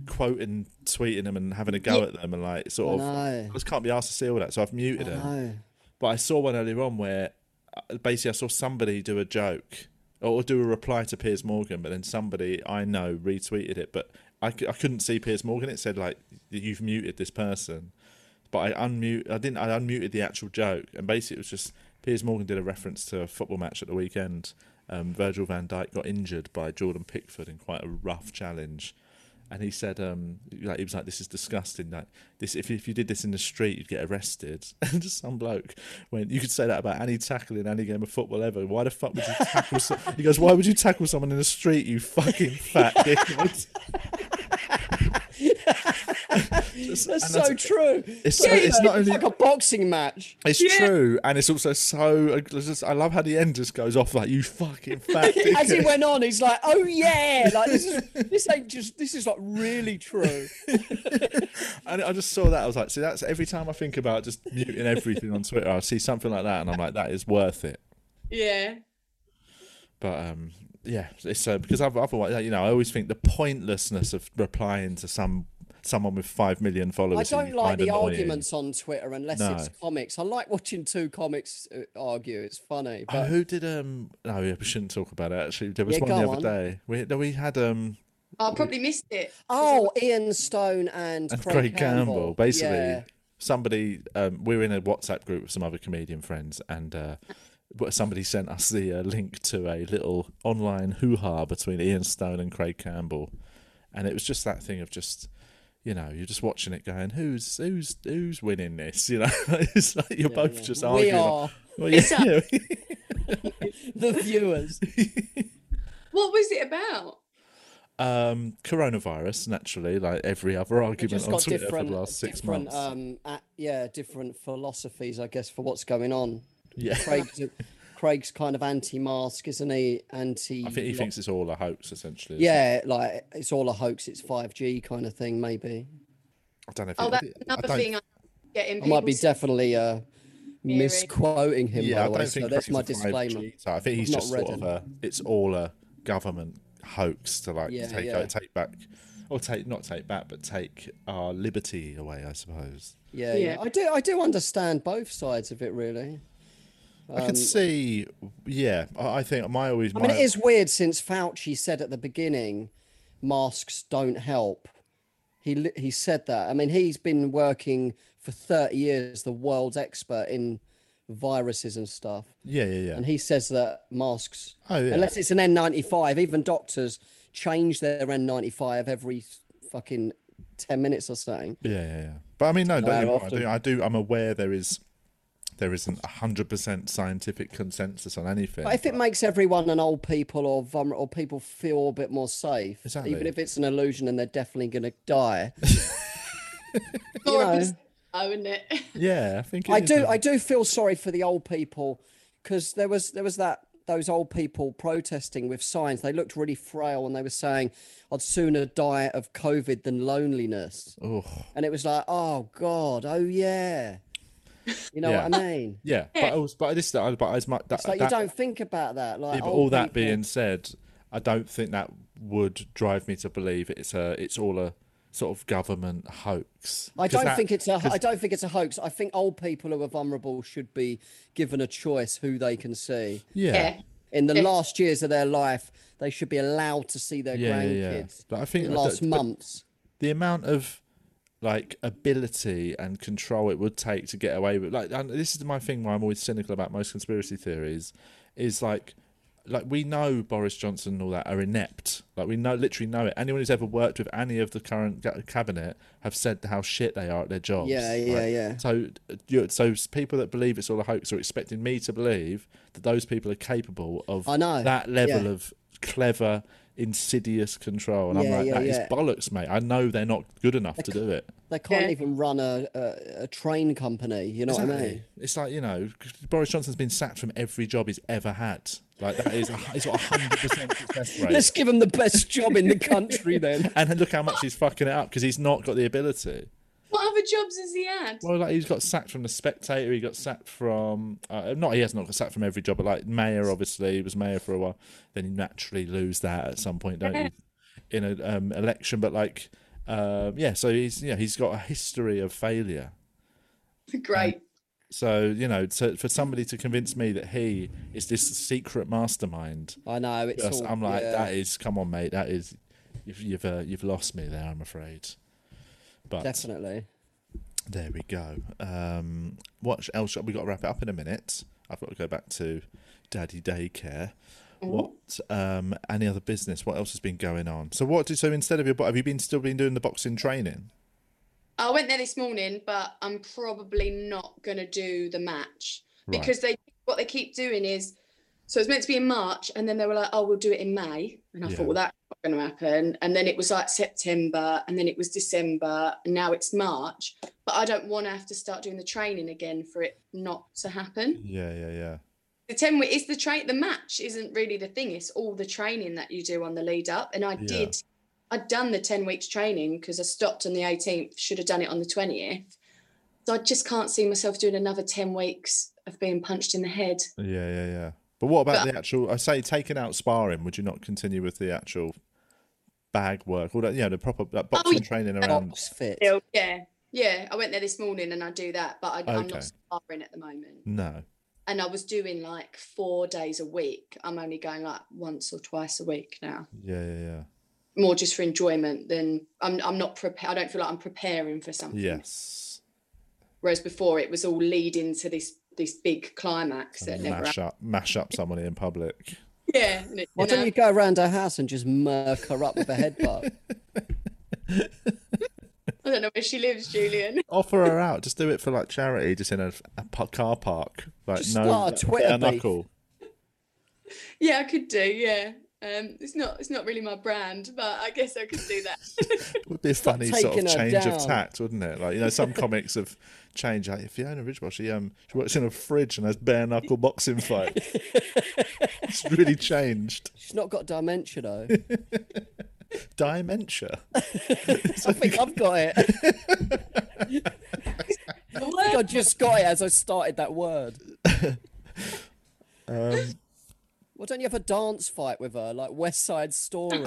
quoting, tweeting them and having a go at them and like sort of. know. I just can't be asked to see all that, so I've muted them. No. But I saw one earlier on where uh, basically I saw somebody do a joke or do a reply to Piers Morgan, but then somebody I know retweeted it, but I, c- I couldn't see Piers Morgan. It said like you've muted this person, but I unmute I didn't I unmuted the actual joke, and basically it was just Piers Morgan did a reference to a football match at the weekend. Um, Virgil Van Dijk got injured by Jordan Pickford in quite a rough challenge. And he said, um, like he was like, "This is disgusting. Like this, if if you did this in the street, you'd get arrested." <laughs> And just some bloke went, "You could say that about any tackle in any game of football ever. Why the fuck would you tackle?" So-? <laughs> He goes, "Why would you tackle someone in the street? You fucking <laughs> fat dickhead." Just- That's and so true. It's, So it's not it's only like a boxing match. it's true, and it's also so. it's Just, I love how the end just goes off like you <laughs> fucking fat. As <laughs> he dickhead." went on, he's like, "Oh yeah, like this is this ain't just this is like really true." And I just saw that. I was like, see, that's every time I think about just muting everything on Twitter, I see something like that, and I'm like, that is worth it. Yeah. But um, yeah, it's so because I've otherwise, you know, I always think the pointlessness of replying to some someone with five million I followers. that don't you like find the annoying. arguments on Twitter unless it's No. comics. I like watching two comics uh, argue. It's funny. Oh, <laughs> But who did um? No, yeah, we shouldn't talk about it. Actually, there was Yeah, one the go other on. day. We no, we had um I probably missed it. oh, Ian Stone and, and Craig, Campbell, basically Yeah. somebody um, we we're in a WhatsApp group with some other comedian friends and uh, but somebody sent us the uh, link to a little online hoo-ha between Ian Stone and Craig Campbell and it was just that thing of just you know you're just watching it going who's who's who's winning this <laughs> you know it's like you're both just we arguing <laughs> are <laughs> Well, yeah, It's a- yeah. the viewers. What was it about? um coronavirus naturally like every other We've argument just on got Twitter for the different, last 6 different, months um, a- yeah, different philosophies, I guess, for what's going on. yeah Craig's, Craig's kind of anti-mask, isn't he? Anti. I think he thinks it's all a hoax essentially isn't it? Yeah, like it's all a hoax. It's five G kind of thing. Maybe I don't know if Oh, it- that's I another don't thing. I'm getting I might be people saying. definitely uh, misquoting him. by the way, so that's Craig's my a 5G disclaimer. So I think he's not just sort read of a, it's all a government hoax to like Yeah, take yeah. o- take back or take not take back but take our liberty away, I suppose. Yeah, yeah, Yeah. I do. I do understand both sides of it, really. I can see, yeah. I I think my always. Um, I mean, my- it is weird since Fauci said at the beginning, masks don't help. He li- he said that. I mean, he's been working for thirty years, the world's expert in viruses and stuff, Yeah, yeah, and yeah. he says that masks, Oh, yeah. unless it's an N95, even doctors change their N95 every s- fucking ten minutes or something. Yeah, yeah, yeah. But I mean, no, don't Not get me wrong, I often. do. I do. I'm aware there is, there isn't a hundred percent scientific consensus on anything. But if it makes everyone and old people or vulnerable or people feel a bit more safe, even Exactly. if it's an illusion and they're definitely going to <laughs> die, More you of know. a oh, isn't it? <laughs> yeah, I think it I is do. a- I do feel sorry for the old people because there was there was that those old people protesting with signs. They looked really frail and they were saying, "I'd sooner die of COVID than loneliness." Ugh. And it was like, "Oh God, oh yeah," you know what I mean? yeah, but I was, but this, but as much that, It's like that you don't think about that. Like Yeah, but old all that people- being said, I don't think that would drive me to believe it's a it's all a sort of government hoax. I 'Cause don't that- think it's a. 'cause- I don't think it's a hoax. I think old people who are vulnerable should be given a choice who they can see. yeah, Yeah. In the Yes. last years of their life, they should be allowed to see their Yeah, yeah, yeah. grandkids. But I think- the I last don't- but- months. the amount of like ability and control it would take to get away with like and this is my thing why I'm always cynical about most conspiracy theories is like like we know Boris Johnson and all that are inept like we know literally know it anyone who's ever worked with any of the current ga- cabinet have said how shit they are at their jobs Yeah, yeah, Like, yeah. so you so s- people that believe it's all a hoax are expecting me to believe that those people are capable of I know, that level yeah. of clever insidious control and I'm Yeah, like yeah, that is yeah. bollocks, mate. I know they're not good enough to do it. They can't Yeah. even run a, a a train company. You know what I mean? It's like you know, Boris Johnson's been sacked from every job he's ever had. Like that is, he's got a hundred percent <laughs> success rate. Let's give them the best job in the <laughs> country then. and then look how much he's fucking it up because he's not got the ability. What other jobs has he had? Well, like he's got sacked from the Spectator. He got sacked from uh, not he has not got sacked from every job, but like mayor, obviously he was mayor for a while. Then you naturally lose that at some point, don't you? In an um, election, but like, um, yeah. So he's yeah he's got a history of failure. <laughs> Great. So you know, to, for somebody to convince me that he is this secret mastermind, I know it's. just- all, I'm like, yeah. that is, come on, mate, that is, you've you've, uh, you've lost me there, I'm afraid. But definitely. there we go. Um, what else? shall- We got to wrap it up in a minute. I've got to go back to Daddy Daycare. What? Um, any other business? What else has been going on? So what? Did, so instead of your, bo- have you been still been doing the boxing training? I went there this morning, but I'm probably not going to do the match Right. because they what they keep doing is so it's meant to be in March, and then they were like, "Oh, we'll do it in May," and I Yeah. thought, "Well, that's not going to happen." And then it was like September, and then it was December, and now it's March. But I don't want to have to start doing the training again for it not to happen. Yeah, yeah, yeah. The ten week is the train. The match isn't really the thing. It's all the training that you do on the lead up, and I Yeah. did. I'd done the ten weeks training because I stopped on the 18th. Should have done it on the 20th. So I just can't see myself doing another 10 weeks of being punched in the head. Yeah, yeah, yeah. But what about But- the actual? I say taking out sparring. Would you not continue with the actual bag work? All that, you know, the proper that boxing Oh, yeah. training around. Box fit. Yeah, yeah. I went there this morning and I do that, but I, I'm Okay. not sparring at the moment. No, And I was doing like four days a week. I'm only going like once or twice a week now, yeah, yeah, yeah. more just for enjoyment than I'm. I'm not prepared. I don't feel like I'm preparing for something. Yes, Whereas before it was all leading to this this big climax that And never. mash up, mash up someone in public. Yeah. and it- Why and don't I- you go around her house and just murk her up with a headbutt? <laughs> I don't know where she lives, Julian. <laughs> Offer her out. Just do it for like charity. Just in a, a pa- car park. Like Just no, start a bare Twitter beef. <laughs> knuckle. Yeah, I could do. Yeah, um, it's not it's not really my brand, but I guess I could <laughs> do that. would be a funny sort of taking her change of down. tact, wouldn't it? Like you know, <laughs> some comics have changed. Like Fiona Ridgewell, she um, she works in a fridge and has bare knuckle boxing fight. <laughs> it's really changed. She's not got dementia though. <laughs> Dementia. I think I've got it. I think I just got it as I started <laughs> that word. Um, Why don't you have a dance fight with her, like West <laughs> Side Story?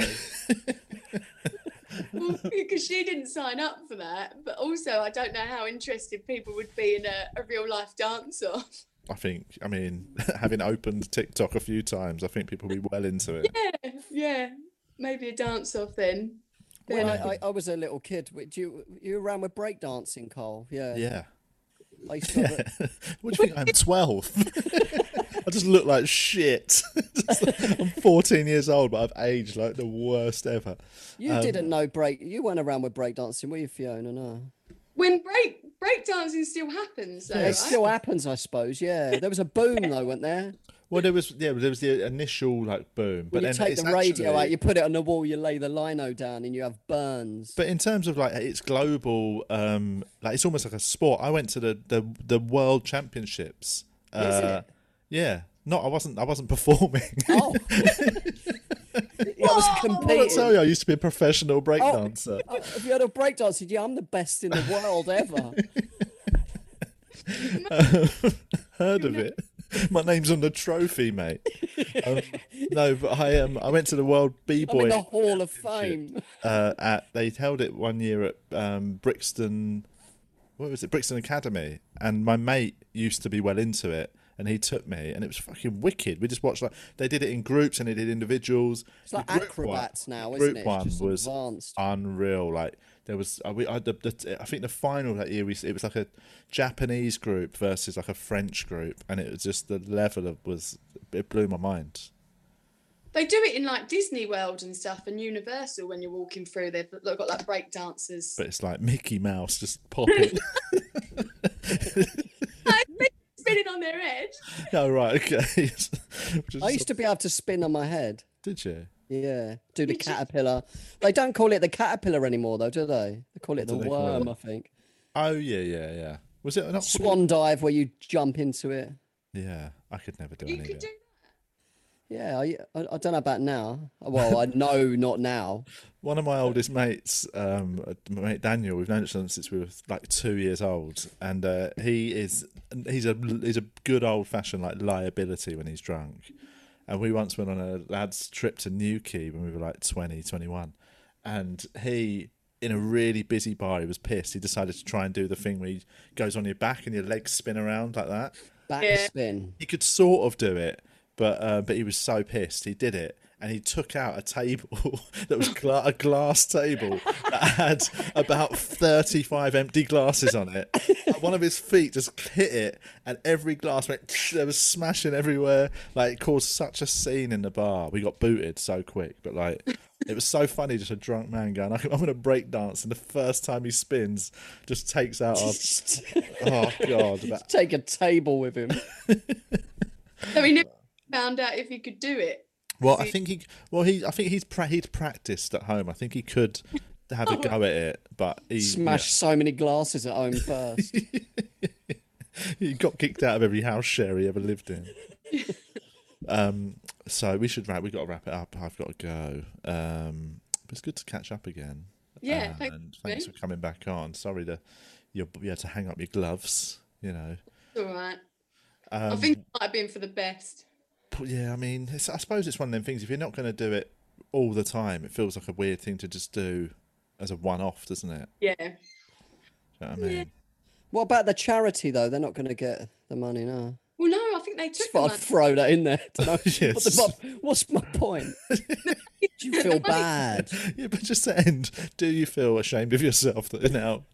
because she didn't sign up for that. But also, I don't know how interested people would be in a, a real life dance off. <laughs> I think, I mean, <laughs> having opened TikTok a few times, I think people will be well into it. Yeah, maybe a dance off then. when I, I, I was a little kid, would you you were around with breakdancing, Cole? Yeah. Yeah. I used to have <laughs> a- What do you think? I'm 12. <laughs> I just look like shit. <laughs> I'm 14 years old, but I've aged like the worst ever. You Um, didn't know break. You weren't around with breakdancing, were you, Fiona? No. When break break dancing still happens, though. It still happens, I suppose. Yeah. There was a boom though, wasn't there? Well, there was yeah, there was the initial like boom, but When you then take it's the radio actually- out, you put it on the wall, you lay the lino down, and you have burns. But in terms of like its global, um, like it's almost like a sport. I went to the the, the world championships. Uh, yeah, no, I wasn't. I wasn't <laughs> performing. oh. yeah, I was I competing. tell you, I used to be a professional breakdancer. Oh, If you had a breakdancer, yeah, I'm the <laughs> best in the world ever. Heard of it? <laughs> My name's on the trophy, mate. <laughs> Um, no, but I um, I went to the World B I'm in the Boy. Hall of Fame. Uh, at they held it one year at um, Brixton. What was it? Brixton Academy. And my mate used to be well into it, and he took me, and it was fucking wicked. We just watched like they did it in groups and they did individuals. It's like The group one- acrobats now, the isn't group it? It's one just was advanced. unreal. Like there was, I, we, I, the, the, I think the final that year, we, it was like a Japanese group versus like a French group, and it was just the level of was it blew my mind. They do it in like Disney World and stuff and Universal when you're walking through. They've they've got like break dancers. But it's like Mickey Mouse just <laughs> popping. spinning on their head. oh right, okay. <laughs> I used to be able to spin on my head. Did you? Yeah, do the caterpillar. They don't call it the caterpillar anymore, though, do they? They call it the do they call it? worm, I think. Oh yeah, yeah, yeah. Was it not? Swan dive, where you jump into it. Yeah, I could never do You any of could it. do. Yeah, I, I, I don't know about now. <laughs> Well, I know not now. One of my oldest mates, um, my mate Daniel, we've known each other since we were like two years old, and uh, he is he's a he's a good old fashioned like liability when he's drunk. And we once went on a lads trip to Newquay when we were like 20, 21. and he in a really busy bar, he was pissed. He decided to try and do the thing where he goes on your back and your legs spin around like that Backspin. he could sort of do it, but uh, but he was so pissed he did it. And he took out a table <laughs> that was gla- a glass table that had about 35 empty glasses on it. And one of his feet just hit it, and every glass went, <laughs> there was smashing everywhere. Like, it caused such a scene in the bar. We got booted so quick, but like, it was so funny just a drunk man going, I'm going to break dance. And the first time he spins, just takes out our. oh, God. about <laughs> Take a table with <laughs> him. So he never found out if he could do it. Well, I think he. Well, he. I think he's pra- he'd practiced at home. I think he could <laughs> have Oh. a go at it, but he Smash so many glasses at <laughs> home first. yeah, he got kicked out of every house share he ever lived <laughs> in. um. So we should wrap. We got to wrap it up. I've got to go. Um. but It's good to catch up again. Yeah, thank And you. thanks for coming back on. Sorry to you. You had to hang up your gloves. You know. It's all right. I think it might have been for the best. But yeah, I mean, it's, I suppose it's one of them things. If you're not going to do it all the time, it feels like a weird thing to just do as a one-off, doesn't it? Yeah. Do you know what I mean? what about the charity, though? They're not going to get the money now. Well, no, I think they took Just the thought money. I'd throw that in there. <laughs> Dunno. What the <laughs> Yes. fuck- <laughs> what's my <laughs> point? Do you feel bad? Yeah, but just to end, do you feel ashamed of yourself that <laughs> now?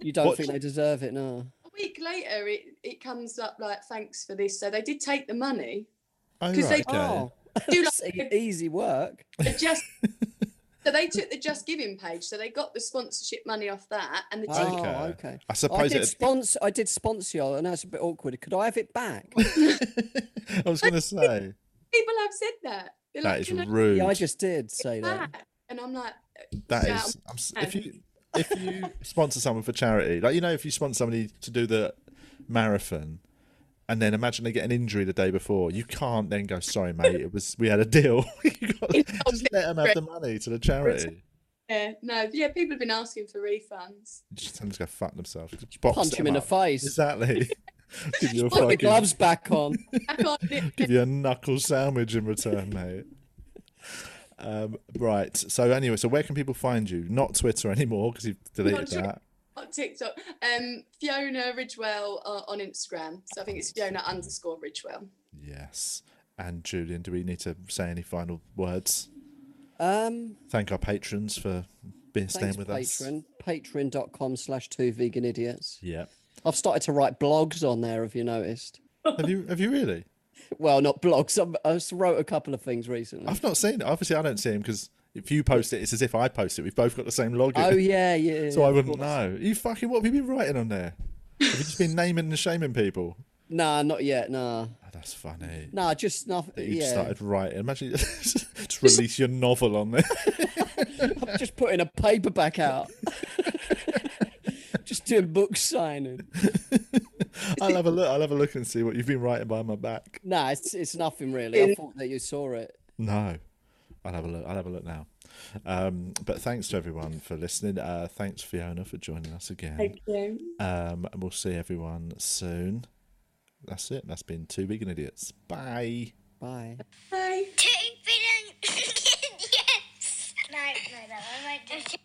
You don't What- think they deserve it now? A week later, it, it comes up like, thanks for this. So they did take the money. Oh, 'Cause they- <laughs> Oh, Do that's e- easy work. The just so they took the Just Giving page, so they got the sponsorship money off that, and the Oh, ticket. okay. okay. I I suppose did it- sponsor. I did sponsor, you, and that's a bit awkward. Could I have it back? <laughs> I was going to say people have said that. They're that like, is "Can I rude. yeah, I just did say get that. that?" And I'm like, That Yeah, is, I'm, s- no. if <laughs> you if you sponsor someone for charity, like you know, if you sponsor somebody to do the marathon, and then imagine they get an injury the day before, you can't then go, "Sorry, mate, it was we had a deal." <laughs> you got, <laughs> just let them have the money <laughs> to the charity. yeah, no, yeah, people have been asking for refunds. Just tell them to go fuck themselves. Just box Punch him in the up. face. <laughs> Exactly. <laughs> Give you a Put the fucking- gloves back <laughs> on. I can't do it. give you a knuckle sandwich in return, mate. Um, right. So anyway, so where can people find you? Not Twitter anymore because you've deleted Twitter. that. on TikTok. Um, Fiona Ridgewell uh, on Instagram. So I think it's Fiona underscore Ridgewell. Yes. And Julian, do we need to say any final words? Um, Thank our patrons for being thanks, staying with us. patron. Patreon.com slash two vegan idiots. Yeah. I've started to write blogs on there. Have you noticed? Have you? Have you really? Well, not blogs. I'm, I just wrote a couple of things recently. I've not seen it. Obviously, I don't see him because if you post it, it's as if I post it. We've both got the same login, oh yeah, yeah. so I wouldn't know. You fucking what have you been writing on there? Have you just been naming and shaming people? Nah, not yet. Nah, Oh, that's funny. nah, just nothing. you Yeah, started writing. Imagine <laughs> just release your novel on there. <laughs> I'm just putting a paperback out. <laughs> just doing book signing. I'll have a look. I'll have a look and see what you've been writing behind my back. Nah, it's it's nothing really. I thought that you saw it. No, I'll have a look. I'll have a look now. Um, but thanks to everyone for listening. Uh, thanks Fiona for joining us again. you. Um, and we'll see everyone soon. That's it. That's been Two Vegan Idiots. Bye. Bye. Bye. Two vegan idiots. No, no, no. I might just.